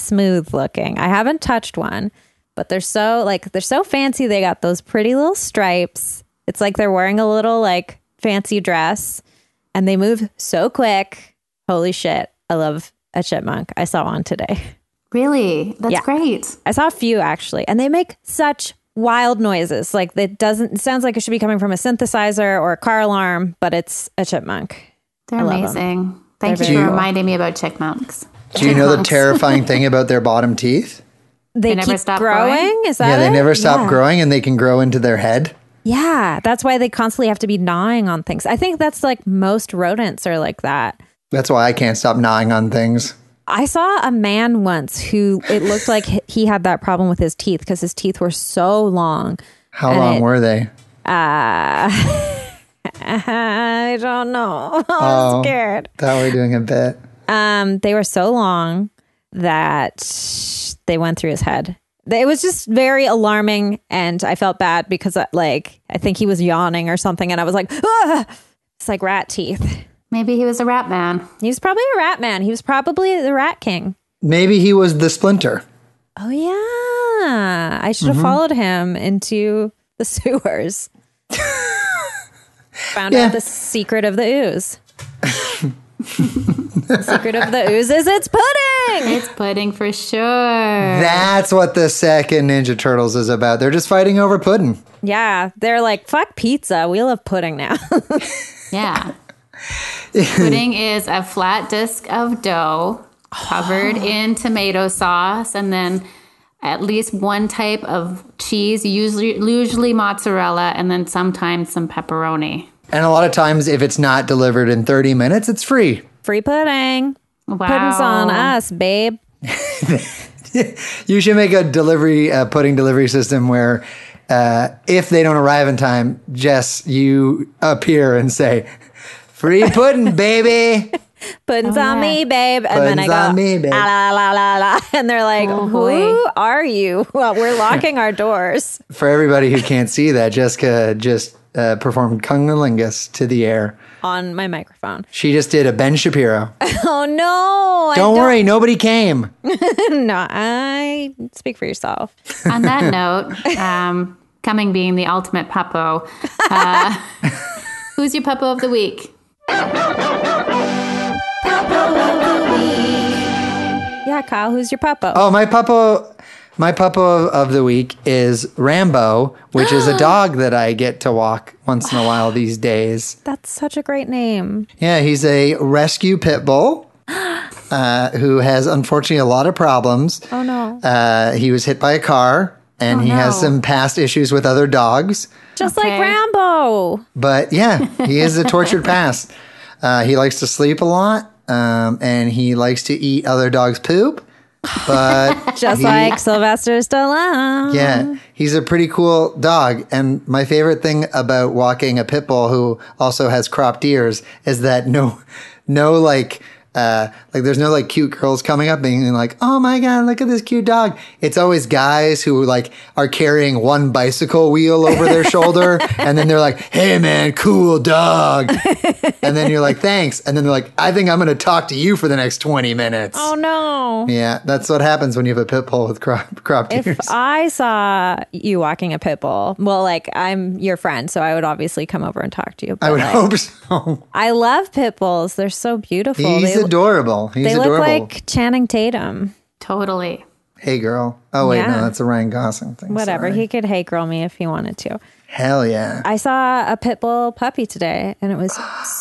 S1: smooth looking. I haven't touched one, but they're so like they're so fancy. They got those pretty little stripes. It's like they're wearing a little like fancy dress, and they move so quick. Holy shit! I love a chipmunk. I saw one today.
S2: Really? That's
S1: Yeah.
S2: great.
S1: I saw a few actually, and they make such wild noises. Like it doesn't it sounds like it should be coming from a synthesizer or a car alarm, but it's a chipmunk.
S2: They're
S1: love 'em.
S2: amazing. Thank you
S3: very
S2: for
S3: cool.
S2: reminding me about chipmunks.
S3: Do you know the
S2: Chipmunks.
S3: terrifying thing about their bottom teeth?
S1: They,
S2: never
S1: keep
S2: stop
S1: growing?
S2: growing?
S1: Is that
S3: Yeah, they
S1: it?
S3: never stop
S1: Yeah.
S3: growing and they can grow into their head.
S1: Yeah, that's why they constantly have to be gnawing on things. I think that's like most rodents are like that.
S3: That's why I can't stop gnawing on things.
S1: I saw a man once who it looked like he- he had that problem with his teeth because his teeth were so long.
S3: How
S1: And
S3: long
S1: it-
S3: were they?
S1: I don't know. I'm
S3: Oh.
S1: scared.
S3: Thought we were doing a bit.
S1: Um, they were so long that they went through his head. It was just very alarming, and I felt bad because, uh, like, I think he was yawning or something, and I was like, ah! it's like rat teeth.
S2: Maybe he was a rat man.
S1: He was probably a rat man. He was probably the rat king.
S3: Maybe he was the splinter.
S1: Oh yeah, I should have followed him into the sewers. Found
S3: Yeah.
S1: out the secret of the ooze. the secret of the ooze is it's pudding.
S2: It's pudding for sure.
S3: That's what the second Ninja Turtles is about. They're just fighting over pudding.
S1: Yeah, they're like, fuck pizza. We love pudding now.
S2: Yeah. Pudding is a flat disc of dough covered in tomato sauce and then at least one type of cheese, usually usually mozzarella and then sometimes some pepperoni.
S3: And a lot of times, if it's not delivered in 30 minutes, it's free.
S1: Free pudding.
S2: Wow.
S1: Pudding's on us, babe.
S3: You should make a delivery uh, pudding delivery system where uh, if they don't arrive in time, Jess, you appear and say, "Free pudding, baby."
S1: Pudding's
S2: Oh,
S1: on me, babe. And then I
S3: Pudding's
S1: go,
S3: on me, babe.
S1: "Ah, la, la, la, la. And they're like, who
S2: Oh, boy.
S1: are you? Well, we're locking our doors.
S3: For everybody who can't see that, Jessica just uh, performed Cungalingus to the air.
S1: On my microphone.
S3: She just did a Ben Shapiro.
S1: Oh, no. I
S3: Don't worry, nobody came.
S1: No, I speak for yourself.
S2: On that note, um, coming being the ultimate puppo, uh, who's your puppo of the week?
S1: Yeah, ahead, Kyle. Who's your puppo?
S3: Oh, my papa, my papa of the week is Rambo, which is a dog that I get to walk once in a while these days.
S1: That's such a great name.
S3: Yeah, he's a rescue pit bull uh, who has unfortunately a lot of problems.
S1: Oh no.
S3: Uh, he was hit by a car, and he has some past issues with other dogs.
S1: Just like
S2: okay.
S1: Rambo.
S3: But yeah, he has a tortured past. Uh, he likes to sleep a lot, um, and he likes to eat other dogs' poop. But
S1: Just
S3: he-
S1: like Sylvester Stallone.
S3: Yeah, he's a pretty cool dog. And my favorite thing about walking a pit bull who also has cropped ears is that no, no, like, uh, like there's no like cute girls coming up being like, oh my god, look at this cute dog. It's always guys who like are carrying one bicycle wheel over their shoulder, and then they're like, hey man, cool dog. and then you're like, thanks. And then they're like, I think I'm gonna talk to you for the next 20 minutes.
S1: Oh no.
S3: Yeah, that's what happens when you have a pit bull with crop, cropped ears.
S1: If I saw you walking a pit bull, well, like I'm your friend, so I would obviously come over and talk to you. But
S3: I would
S1: like,
S3: hope so.
S1: I love pit bulls. They're so beautiful.
S3: He's
S1: they
S3: adorable. He's
S1: they look
S3: adorable.
S1: like Channing Tatum.
S2: Totally.
S3: hey, girl. Oh, wait,
S1: Yeah.
S3: no, that's a Ryan Gosling thing.
S1: Whatever.
S3: Sorry.
S1: He could hate girl me if he wanted to.
S3: Hell yeah.
S1: I saw a pit bull puppy today, and it was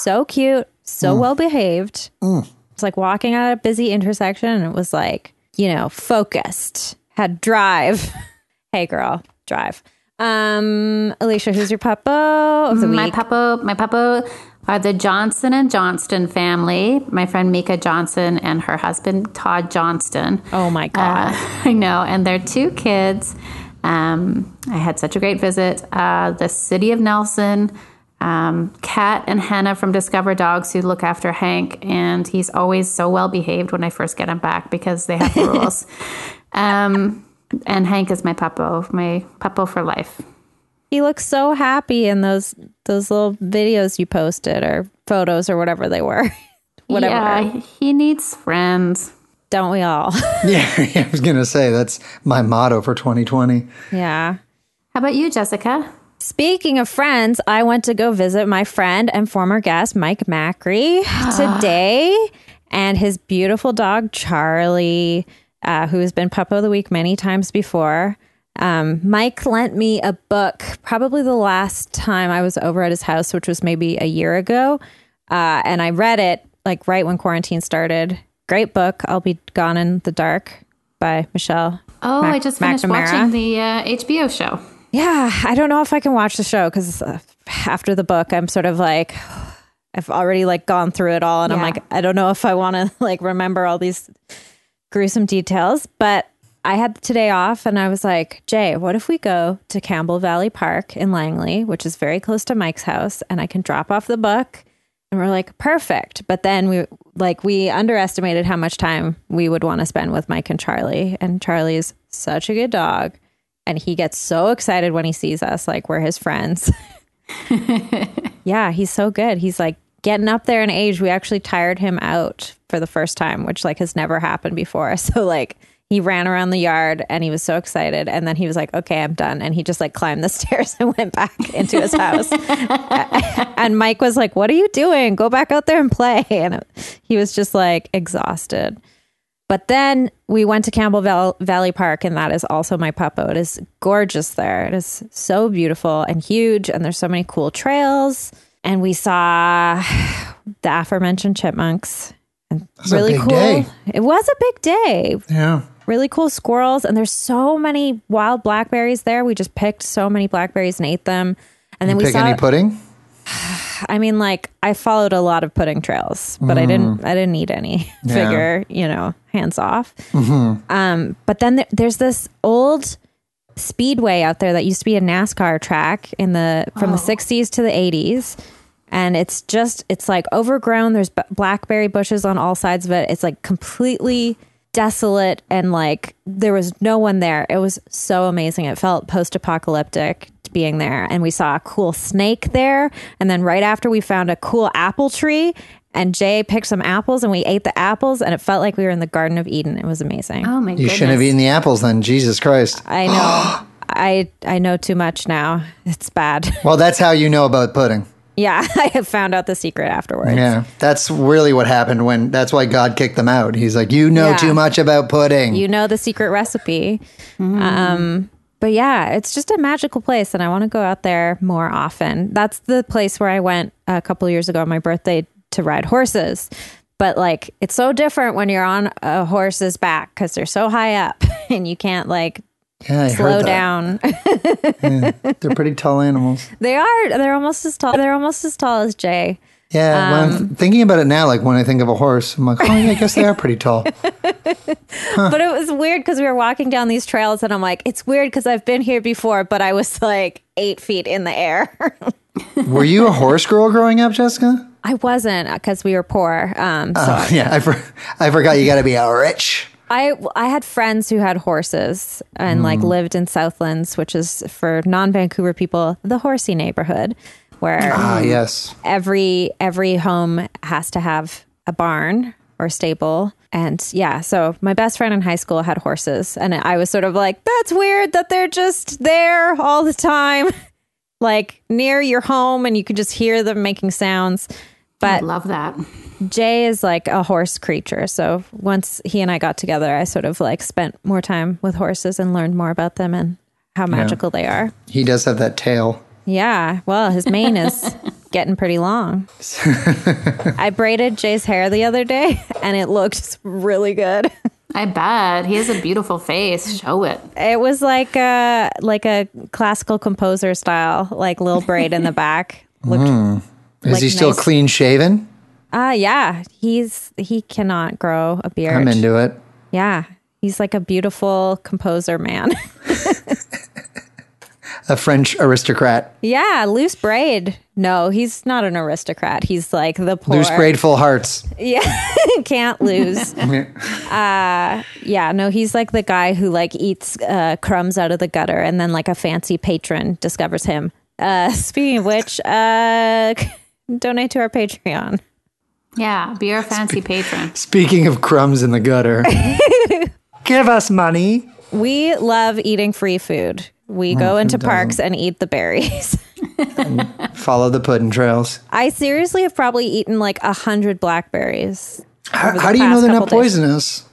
S1: so cute, so
S3: Mm.
S1: well behaved. It's like walking at a busy intersection, and it was like you know focused, had drive. hey, girl, drive. Um, Alicia, who's your puppo of the
S2: My
S1: week?
S2: papa, my papa are the Johnson and Johnston family. My friend Mika Johnson and her husband Todd Johnston.
S1: oh my god,
S2: Uh, I know, and their two kids. Um, I had such a great visit. Uh, the city of Nelson, um, Kat and Hannah from Discover Dogs, who look after Hank, and he's always so well behaved when I first get him back because they have rules. Um, and Hank is my puppo, my puppo for life.
S1: he looks so happy in those those little videos you posted or photos or whatever they were. Whatever,
S2: Yeah, he needs friends.
S1: don't we all?
S3: yeah, I was going to say that's my motto for 2020.
S1: yeah.
S2: How about you, Jessica?
S1: Speaking of friends, I went to go visit my friend and former guest, Mike Macri, today, and his beautiful dog, Charlie, uh, who has been Puppo of the Week many times before. Um, Mike lent me a book probably the last time I was over at his house, which was maybe a year ago. Uh, and I read it like right when quarantine started. Great book, I'll Be Gone in the Dark by Michelle
S2: Oh,
S1: Mac-
S2: I just finished
S1: McNamara.
S2: watching the uh, HBO show.
S1: yeah, I don't know if I can watch the show because uh, after the book, I'm sort of like, I've already like gone through it all, and I'm
S2: Yeah.
S1: like, I don't know if I want to like remember all these gruesome details. But I had today off, and I was like, Jay, what if we go to Campbell Valley Park in Langley, which is very close to Mike's house, and I can drop off the book. And we're like, perfect. But then we like we underestimated how much time we would want to spend with Mike and Charlie. And Charlie is such a good dog. And he gets so excited when he sees us, like we're his friends. yeah, he's so good. He's like getting up there in age. We actually tired him out for the first time, which like has never happened before. So like he ran around the yard and he was so excited. And then he was like, okay, I'm done. And he just like climbed the stairs and went back into his house. And Mike was like, What are you doing? Go back out there and play. And it- he was just like exhausted. But then we went to Campbell Val- Valley Park, and that is also my puppo. It is gorgeous there. It is so beautiful and huge, and there's so many cool trails. And we saw the aforementioned chipmunks. And
S3: a
S1: really
S3: big
S1: cool.
S3: day.
S1: It was a big day
S3: Yeah.
S1: really cool squirrels and there's so many wild blackberries there we just picked so many blackberries and ate them and then we
S3: Pick
S1: saw
S3: any pudding?
S1: i mean like i followed a lot of pudding trails but i didn't i didn't eat any figure you know hands off um, but then there, there's this old speedway out there that used to be a nascar track in the from the 60s to the 80s and it's just it's like overgrown there's b- blackberry bushes on all sides of it it's like completely desolate and like there was no one there it was so amazing it felt post-apocalyptic being there and we saw a cool snake there and then right after we found a cool apple tree and jay picked some apples and we ate the apples and it felt like we were in the garden of eden it was amazing
S2: Oh my
S3: You
S2: goodness!
S3: shouldn't have eaten the apples then. Jesus Christ.
S1: i know i i know too much now it's bad
S3: Well, that's how you know about pudding.
S1: Yeah, I have found out the secret afterwards.
S3: Yeah, that's really what happened when that's why God kicked them out. He's like, You know
S1: Yeah.
S3: too much about pudding.
S1: You know the secret recipe.
S3: Mm.
S1: Um, but yeah, it's just a magical place, and I want to go out there more often. That's the place where I went a couple years ago on my birthday to ride horses. But like, it's so different when you're on a horse's back because they're so high up and you can't like
S3: yeah, I
S1: slow
S3: heard that.
S1: down.
S3: They're pretty tall animals.
S1: they are. They're almost as tall. They're almost as tall as Jay.
S3: Yeah, when
S1: Um,
S3: I'm th- thinking about it now, like when I think of a horse, I'm like, oh, yeah, I guess they are pretty tall.
S1: But it was weird because we were walking down these trails, and I'm like, it's weird because I've been here before, but I was like eight feet in the air.
S3: Were you a horse girl growing up, Jessica?
S1: I wasn't because we were poor. Um, so
S3: Oh, yeah, I, for- I forgot you got to be a rich.
S1: I I had friends who had horses and like lived in Southlands, which is for non Vancouver people the horsey neighborhood, where
S3: Ah, yes.
S1: every every home has to have a barn or stable. And yeah, so my best friend in high school had horses, and I was sort of like, that's weird that they're just there all the time, like near your home, and you can just hear them making sounds. But
S2: Love that.
S1: Jay is like a horse creature. So once he and I got together, I sort of like spent more time with horses and learned more about them and how magical they are.
S3: He does have that tail.
S1: Yeah. Well, his mane is getting pretty long. I braided Jay's hair the other day and it looked really good.
S2: I bet he has a beautiful face. Show it.
S1: It was like a like a classical composer style, like little braid in the back. Looked
S3: Is
S1: Like
S3: he still
S1: nice-
S3: clean shaven?
S1: ah yeah. He's he cannot grow a beard.
S3: I'm into it.
S1: Yeah. He's like a beautiful composer man.
S3: A French aristocrat.
S1: yeah, loose braid. No, he's not an aristocrat. He's like the poor.
S3: Loose braid, full hearts.
S1: Yeah. Can't lose. yeah, no, he's like the guy who like eats uh, crumbs out of the gutter and then like a fancy patron discovers him. Uh, speaking of which, uh, donate to our Patreon.
S2: Yeah, be our fancy patron.
S3: Speaking of crumbs in the gutter, give us money.
S1: We love eating free food. We go into parks and eat the berries.
S3: Follow the pudding trails.
S1: I seriously have probably eaten like a hundred blackberries.
S3: How,
S1: the
S3: how do you know
S1: past
S3: they're not
S1: couple days.
S3: poisonous?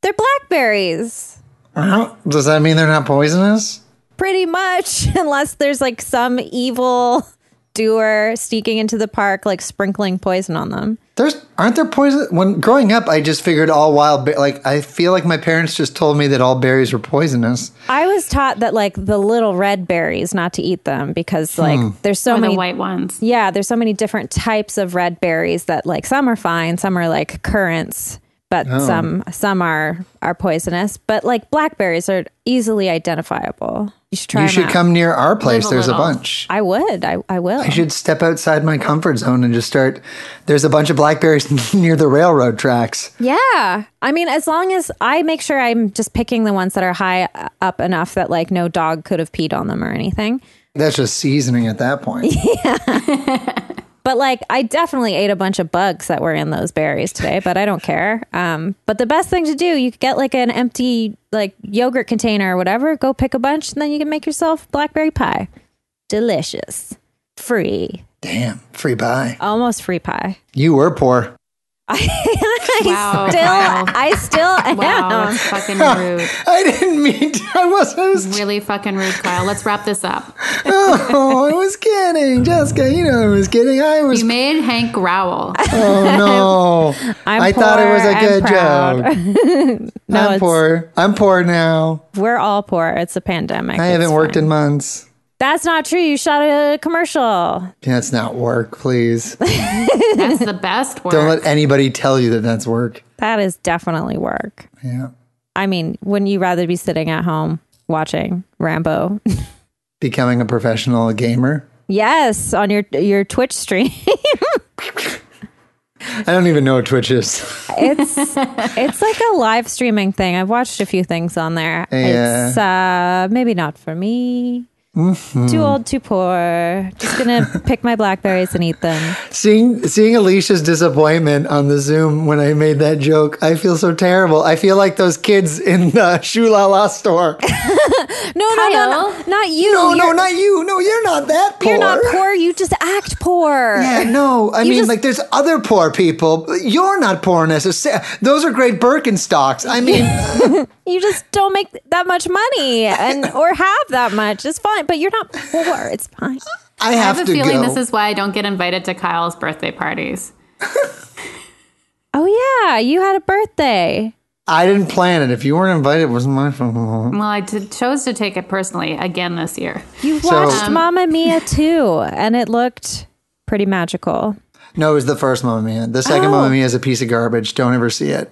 S1: They're blackberries.
S3: Well, Does that mean they're not poisonous?
S1: pretty much unless there's like some evil doer sneaking into the park like sprinkling poison on them
S3: There's aren't there poison? When growing up, I just figured all wild be- like I feel like my parents just told me that all berries were poisonous.
S1: i was taught that like the little red berries not to eat them because
S3: Hmm.
S1: like there's so
S2: Or the
S1: many
S2: white ones.
S1: yeah there's so many different types of red berries that like some are fine some are like currants but
S3: Oh.
S1: some some are are poisonous but like blackberries are easily identifiable you should try
S3: you
S1: them
S3: should
S1: out.
S3: come near our place.
S2: Live a
S3: There's a
S2: little.
S3: bunch.
S1: i would i, I will
S3: I should step outside my comfort zone and just start. There's a bunch of blackberries near the railroad tracks.
S1: Yeah. I mean, as long as I make sure I'm just picking the ones that are high uh, up enough that like no dog could have peed on them or anything.
S3: That's just seasoning at that point.
S1: But like I definitely ate a bunch of bugs that were in those berries today, but I don't care. Um, but the best thing to do, you could get like an empty like yogurt container or whatever, go pick a bunch and then you can make yourself blackberry pie. Delicious. Free.
S3: Damn, free pie.
S1: Almost free pie.
S3: You were poor.
S1: I
S2: Wow,
S1: still
S2: wow.
S1: I still am.
S2: Wow, that's fucking rude.
S3: I didn't mean to. I was. I was,
S2: Really fucking rude, Kyle. Let's wrap this up.
S3: oh, I was kidding, Jessica. You know I was kidding. I was.
S2: You made Hank growl.
S3: oh no!
S1: I'm
S3: I thought it
S1: poor
S3: was a
S1: and
S3: good
S1: proud.
S3: joke. I'm
S1: it's-
S3: poor. I'm poor now.
S1: We're all poor. It's a pandemic.
S3: I haven't worked in months.
S1: That's not true. You shot a commercial.
S3: That's not work, please.
S2: That's the best word.
S3: Don't let anybody tell you that that's work.
S1: That is definitely work.
S3: Yeah.
S1: I mean, wouldn't you rather be sitting at home watching Rambo?
S3: Becoming a professional gamer.
S1: yes, on your your Twitch stream.
S3: I don't even know what Twitch is.
S1: it's it's like a live streaming thing. I've watched a few things on there. It's uh maybe not for me.
S3: Mm-hmm.
S1: Too old, too poor. Just gonna pick my blackberries and eat them.
S3: seeing seeing Alicia's disappointment on the Zoom when I made that joke, I feel so terrible. I feel like those kids in the Shulala store.
S1: No, no, no, no,
S2: Kyle?
S1: not you.
S3: No, no,
S1: You're-
S3: not you. No, you're not that poor.
S1: You're not poor. You just act poor.
S3: Yeah, no. I
S1: You
S3: mean,
S1: just-
S3: like, there's other poor people. You're not poor necessarily. Those are great Birkenstocks. I mean,
S1: You just don't make that much money and or have that much. It's fine, but you're not poor. It's fine.
S3: I
S2: I
S3: have,
S2: have a
S3: to
S2: feeling
S3: go.
S2: this is why I don't get invited to Kyle's birthday parties.
S1: Oh yeah, you had a birthday.
S3: I didn't plan it. If you weren't invited, it wasn't my fault.
S2: Well, I did, chose to take it personally again this year.
S1: You
S3: So- um,
S1: watched Mamma Mia too, and it looked pretty magical.
S3: No, it was the first Mamma Mia. The second Mamma Mia is a piece of garbage. Don't ever see it.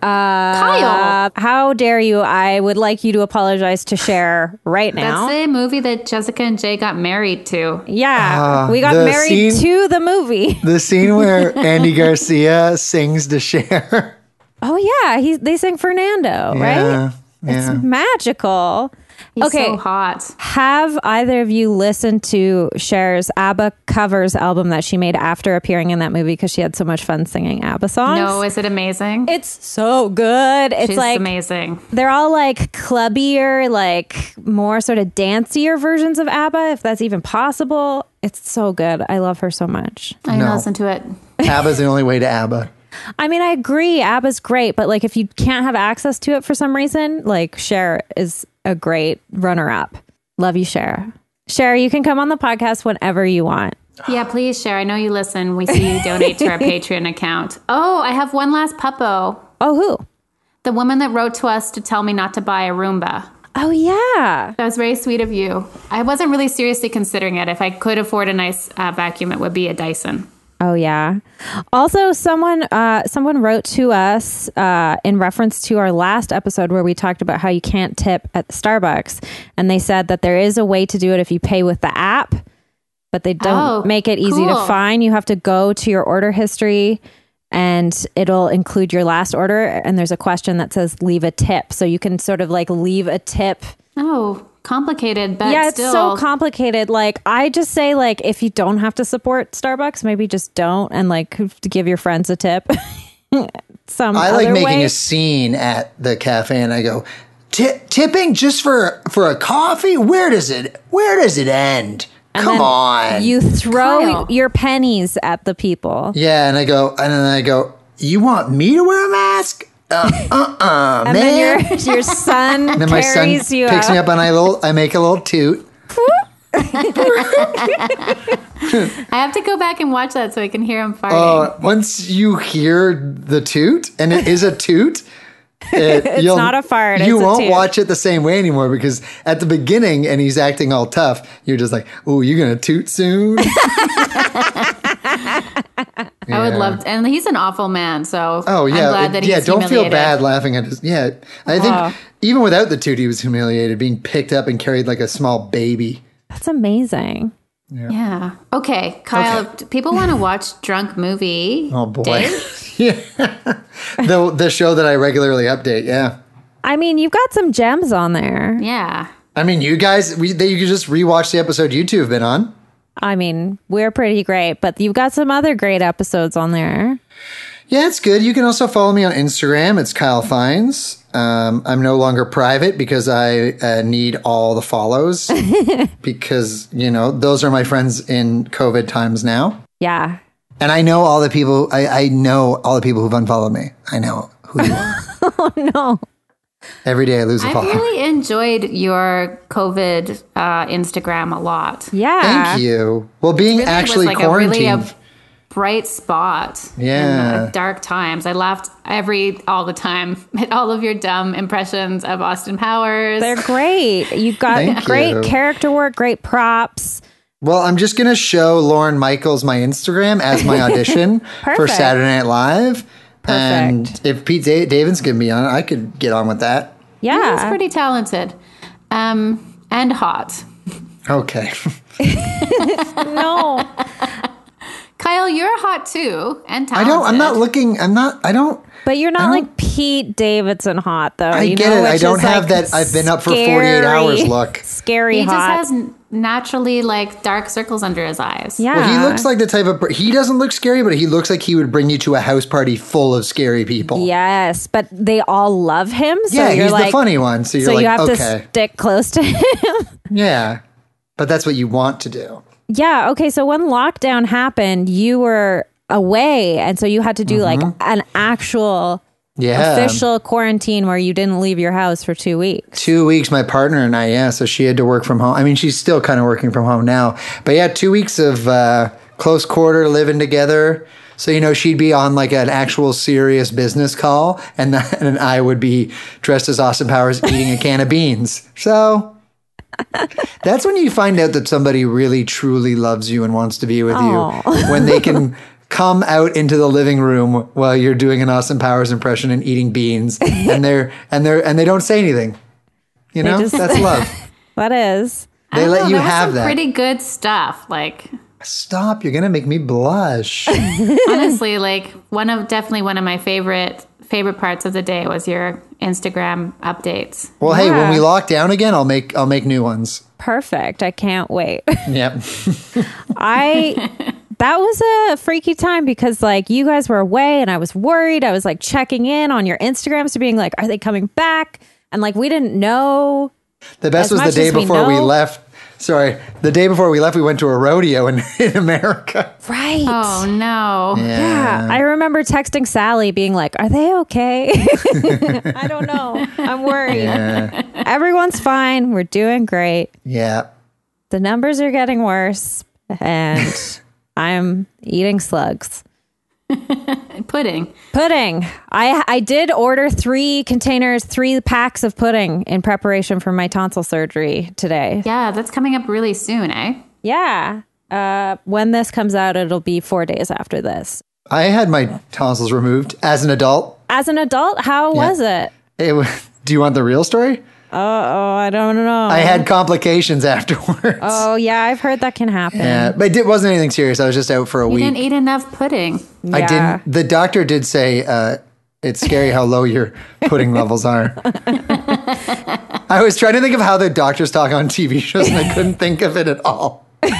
S2: Kyle,
S1: Uh, how dare you? I would like you to apologize to Cher right now.
S2: that's the movie that Jessica and Jay got married to.
S1: Yeah, we got
S3: Uh, the
S1: married
S3: scene-
S1: to the movie.
S3: the scene where Andy Garcia sings to Cher.
S1: Oh yeah, he they sang Fernando, right?
S3: Yeah, yeah.
S1: It's magical.
S2: He's
S1: okay,
S2: so hot.
S1: Have either of you listened to Cher's ABBA covers album that she made after appearing in that movie because she had so much fun singing ABBA songs?
S2: No, is it amazing?
S1: It's so good. It's
S2: She's
S1: like
S2: amazing.
S1: they're all like clubbier, like more sort of dancier versions of ABBA, if that's even possible. It's so good. I love her so much.
S2: I
S3: No.
S2: no. listen to it.
S3: ABBA's the only way to ABBA.
S1: I mean, I agree. ABBA's great, but like if you can't have access to it for some reason, like Cher is a great runner up. Love you, Cher. Cher, you can come on the podcast whenever you want.
S2: Yeah, please share. I know you listen. We see you donate to our Patreon account. Oh, I have one last puppo.
S1: Oh, who?
S2: The woman that wrote to us to tell me not to buy a Roomba.
S1: Oh, yeah.
S2: That was very sweet of you. I wasn't really seriously considering it. If I could afford a nice uh, vacuum, it would be a Dyson.
S1: Oh, yeah. Also, someone uh, someone wrote to us uh, in reference to our last episode where we talked about how you can't tip at Starbucks, and they said that there is a way to do it if you pay with the app, but they don't
S2: Oh,
S1: make it easy to
S2: cool.
S1: find. You have to go to your order history. And it'll include your last order. And there's a question that says leave a tip. So you can sort of like leave a tip
S2: Oh, complicated, but
S1: yeah, it's
S2: still.
S1: so complicated. Like I just say, like if you don't have to support Starbucks, maybe just don't and like give your friends a tip. Some
S3: I like
S1: other
S3: making
S1: way.
S3: a scene at the cafe, and I go, "Ti- tipping just for for a coffee? Where does it where does it end? Come on,
S1: You throw
S2: Kyle.
S1: your pennies at the people.
S3: yeah. And I go, and then I go, you want me to wear a mask? Uh uh, uh man.
S1: And then your your son
S3: And then my son
S1: carries
S3: picks
S1: you
S3: me up, and I little I make a little toot.
S2: I have to go back and watch that so I can hear him farting.
S3: Uh, once you hear the toot, and it is a toot, it, it's
S1: not a fart,
S3: You
S1: it's a
S3: won't
S1: toot.
S3: watch it the same way anymore because at the beginning, and he's acting all tough. You're just like, "Oh, you're gonna toot soon."
S2: I would
S3: yeah.
S2: love, and he's an awful man. So
S3: Oh yeah,
S2: I'm glad
S3: it-
S2: that he's
S3: yeah. Don't feel
S2: humiliated.
S3: bad laughing at his. Yeah, I think even without the toot, he was humiliated, being picked up and carried like a small baby.
S1: That's amazing.
S2: Yeah. Okay, Kyle.
S3: Okay.
S2: d- People want to watch drunk movie.
S3: Oh boy, yeah. the the show that I regularly update. Yeah.
S1: I mean, you've got some gems on there.
S2: Yeah.
S3: I mean, you guys, we, they, you could just rewatch the episode you two have been on.
S1: I mean, we're pretty great, but you've got some other great episodes on there.
S3: Yeah, it's good. You can also follow me on Instagram. It's Kyle Fines. Um, I'm no longer private because I uh, need all the follows because, you know, those are my friends in COVID times now.
S1: Yeah.
S3: And I know all the people, I, I know all the people who've unfollowed me. I know who you are.
S1: Oh, No.
S3: Every day I lose a
S2: I
S3: follower.
S2: really enjoyed your COVID uh, Instagram a lot.
S1: Yeah.
S3: Thank you. Well, being
S2: really was
S3: actually
S2: like a really
S3: quarantined.
S2: a bright spot in
S3: Yeah.
S2: the dark times. I laughed every all the time at all of your dumb impressions of Austin Powers.
S1: They're great. You've got
S3: Thank
S1: great
S3: you.
S1: character work, great props.
S3: Well, I'm just going to show Lauren Michaels my Instagram as my audition for
S1: Perfect.
S3: Saturday Night Live. And
S1: Perfect.
S3: if Pete da- Davidson can be on it, I could get on with that.
S1: Yeah.
S2: He's pretty talented um, and hot.
S3: Okay.
S1: no.
S2: Kyle, you're hot too and
S3: I
S2: talented.
S3: don't, I'm not looking, I'm not, I don't,
S1: But you're not
S3: I don't-
S1: like Pete Davidson hot though.
S3: I
S1: you
S3: get
S1: know,
S3: it. I
S1: which
S3: don't
S1: is,
S3: have
S1: like,
S3: that I've been up for 48 hours
S1: scary-
S3: look.
S1: Scary
S2: He
S1: hot.
S2: just has. naturally like dark circles under his eyes.
S1: Yeah.
S3: Well, he looks like the type of per- he doesn't look scary, but he looks like he would bring you to a house party full of scary people.
S1: Yes, but they all love him. So
S3: yeah,
S1: you're
S3: he's
S1: like,
S3: the funny one. So you're
S1: so
S3: like,
S1: you have
S3: okay,
S1: to stick close to him.
S3: yeah, but that's what you want to do.
S1: yeah. Okay. So when lockdown happened, you were away, and so you had to do like an actual
S3: Mm-hmm. Yeah,
S1: official quarantine where you didn't leave your house for two weeks.
S3: two weeks. My partner and I, yeah, so she had to work from home. I mean, she's still kind of working from home now, but yeah, two weeks of uh, close quarter living together. So you know, she'd be on like an actual serious business call, and then and I would be dressed as Austin Powers eating a can of beans. So. That's when you find out that somebody really truly loves you and wants to be with you when they can come out into the living room while you're doing an Austin Powers impression and eating beans and they're and they're and they don't say anything. You know?
S1: just-
S3: That's love.
S1: That is.
S3: They let you
S2: there Oh, was
S3: have
S2: some
S3: that.
S2: pretty good stuff. Like
S3: Stop, you're going to make me blush.
S2: honestly, like one of definitely one of my favorite favorite parts of the day was your Instagram updates.
S3: Well, hey, when
S1: Yeah.
S3: we lock down again, I'll make I'll make new ones.
S1: Perfect. I can't wait.
S3: Yep.
S1: I that was a freaky time because like you guys were away and I was worried. I was like checking in on your Instagrams to being like, are they coming back? And like we didn't know.
S3: The best
S1: As
S3: was
S1: much
S3: the day
S1: as we
S3: before we
S1: know-
S3: left. Sorry, the day before we left, we went to a rodeo in, in America.
S1: Right.
S2: Oh no.
S1: Yeah, I remember texting Sally being like, Are they okay? I don't know. I'm worried.
S3: Yeah.
S1: Everyone's fine. We're doing great.
S3: Yeah.
S1: The numbers are getting worse. And I'm eating slugs.
S2: Pudding.
S1: Pudding. I I did order three containers, three packs of pudding in preparation for my tonsil surgery today.
S2: Yeah, that's coming up really soon, eh?
S1: Yeah. Uh, when this comes out, it'll be four days after this.
S3: I had my tonsils removed as an adult.
S1: As an adult, how was it?
S3: It wa- do you want the real story?
S1: Oh, I don't know.
S3: I had complications afterwards.
S1: Oh yeah, I've heard that can happen.
S3: Yeah, but it wasn't anything serious. I was just out for a
S2: You
S3: week.
S2: didn't eat enough pudding.
S3: I
S1: Yeah.
S3: didn't. The doctor did say uh, it's scary how low your pudding levels are. I was trying to think of how the doctors talk on TV shows, and I couldn't think of it at all.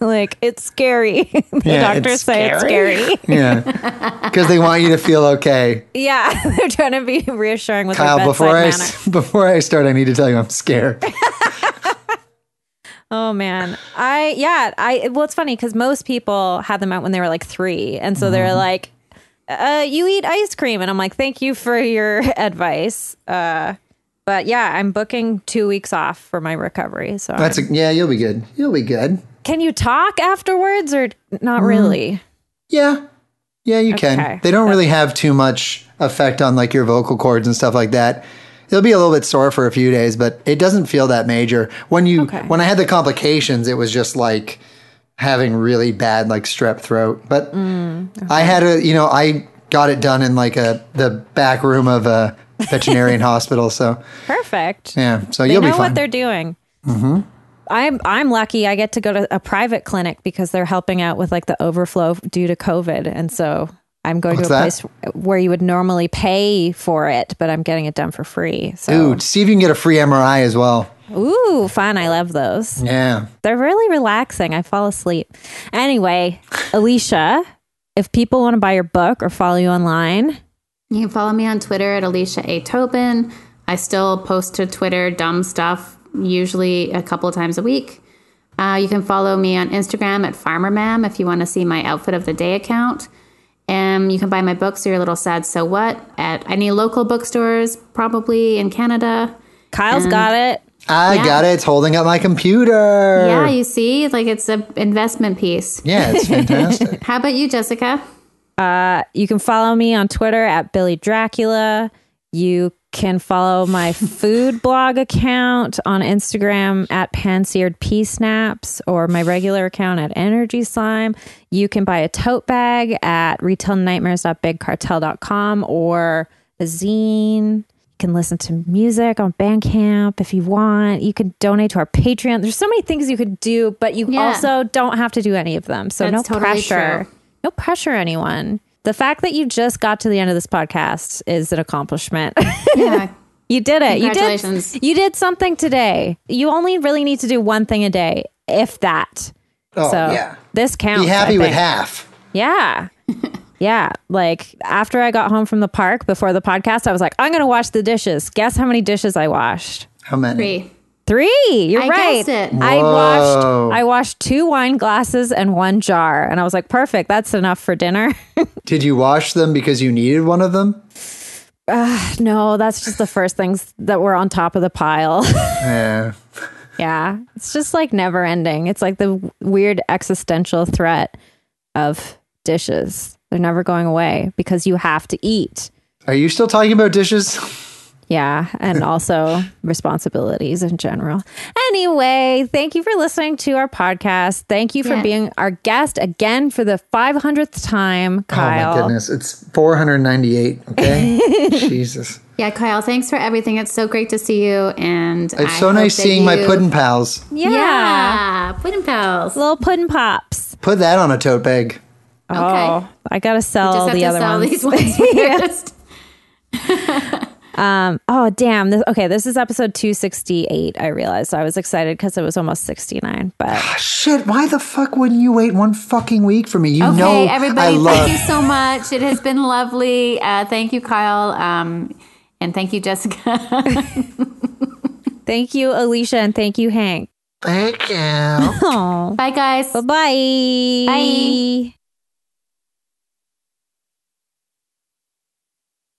S1: like it's scary. the
S3: Yeah,
S1: doctors
S3: it's
S1: say it's scary.
S3: Yeah, because they want you to feel okay.
S1: yeah, they're trying to be reassuring with
S3: Kyle,
S1: their bedside
S3: before I
S1: manner.
S3: s- before I start, I need to tell you I'm scared.
S1: oh man, I yeah, I well, it's funny because most people had them out when they were like three, and so
S3: Mm-hmm.
S1: they're like, uh, "You eat ice cream," and I'm like, "Thank you for your advice." Uh, but yeah, I'm booking two weeks off for my recovery. So
S3: That's a, yeah. You'll be good. You'll be good.
S1: can you talk afterwards or not
S3: Mm-hmm.
S1: really?
S3: Yeah. Yeah, you
S1: Okay.
S3: can. They don't really have too much effect on like your vocal cords and stuff like that. It'll be a little bit sore for a few days, but it doesn't feel that major. When you when I had the complications, it was just like having really bad like strep throat. But
S1: Mm,
S3: I had a you know, I got it done in like a the back room of a veterinarian hospital, so
S1: Perfect.
S3: yeah. So
S1: They
S3: you'll
S1: know
S3: be fine. Mm-hmm.
S1: what they're doing. I'm I'm lucky. I get to go to a private clinic because they're helping out with like the overflow due to COVID, and so I'm going
S3: What's
S1: to a
S3: that?
S1: place where you would normally pay for it, but I'm getting it done for free. So
S3: Dude, see if you can get a free MRI as well.
S1: ooh, fun! I love those.
S3: Yeah.
S1: They're really relaxing. I fall asleep. Anyway, Alicia, if people want to buy your book or follow you online,
S2: You can follow me on Twitter at Alicia A. Tobin. I still post to Twitter dumb stuff, usually a couple of times a week. Uh, you can follow me on Instagram at Farmer Mam if you want to see my outfit of the day account. And you can buy my books, Your Little Sad So What, at any local bookstores, probably in Canada.
S3: Mm.
S1: Kyle's got it.
S3: I
S2: Yeah.
S3: got it. It's holding up my computer.
S2: Yeah, you see, like it's an investment piece.
S3: yeah it's fantastic.
S2: How about you, Jessica?
S1: You can follow me on Twitter at Billy Dracula. You can follow my food blog account on Instagram at Pan-Seared Pea Snaps or my regular account at Energy Slime. You can buy a tote bag at retailnightmares.bigcartel.com or a zine. You can listen to music on Bandcamp if you want. You can donate to our Patreon. There's so many things you could do, but you
S2: Yeah.
S1: also don't have to do any of them. So
S2: That's
S1: no
S2: totally
S1: pressure
S2: true.
S1: no pressure anyone. The fact that you just got to the end of this podcast is an accomplishment.
S2: Yeah.
S1: You did it. You
S2: Congratulations.
S1: did. You did something today. You only really need to do one thing a day, if that.
S3: Oh,
S1: so
S3: yeah.
S1: this counts.
S3: Be happy
S1: I
S3: with
S1: think.
S3: half.
S1: Yeah. yeah. Like after I got home from the park before the podcast, I was like, I'm going to wash the dishes. Guess how many dishes I washed?
S3: How many?
S2: Three.
S1: Three. You're
S2: I
S1: right.
S2: guessed it.
S1: I
S3: Whoa.
S1: washed I washed two wine glasses and one jar. And I was like, perfect, that's enough for dinner.
S3: Did you wash them because you needed one of them?
S1: no, that's just the first things that were on top of the pile.
S3: Yeah.
S1: yeah. It's just like never ending. It's like the w- weird existential threat of dishes. They're never going away because you have to eat.
S3: Are you still talking about dishes?
S1: Yeah, and also responsibilities in general. Anyway, thank you for listening to our podcast. Thank you for
S2: Yeah.
S1: being our guest again for the 500th time,
S3: Oh my
S1: Kyle.
S3: goodness. It's 498. Okay. Jesus.
S2: Yeah, Kyle, thanks for everything. It's so great to see you. And
S3: It's so nice seeing my puddin' pals.
S1: yeah.
S2: Yeah, puddin pals.
S1: Little puddin' pops.
S3: Put that on a tote bag.
S1: Oh, I got to
S2: Just
S1: sell
S2: have
S1: the
S2: to
S1: other
S2: sell
S1: ones.
S2: these ones first.
S1: Oh, damn. This, okay, this is episode 268. I realized I was excited because it was almost 69, but
S3: Shit, why the fuck wouldn't you wait one fucking week for me? You
S2: Okay,
S3: know I
S2: everybody,
S3: love
S2: thank you so much. It has been lovely. Uh, thank you, Kyle. Um, and thank you, Jessica.
S1: thank you, Alicia, and thank you, Hank.
S3: Thank you.
S1: Oh,
S2: Bye, guys.
S1: bye.
S2: Bye.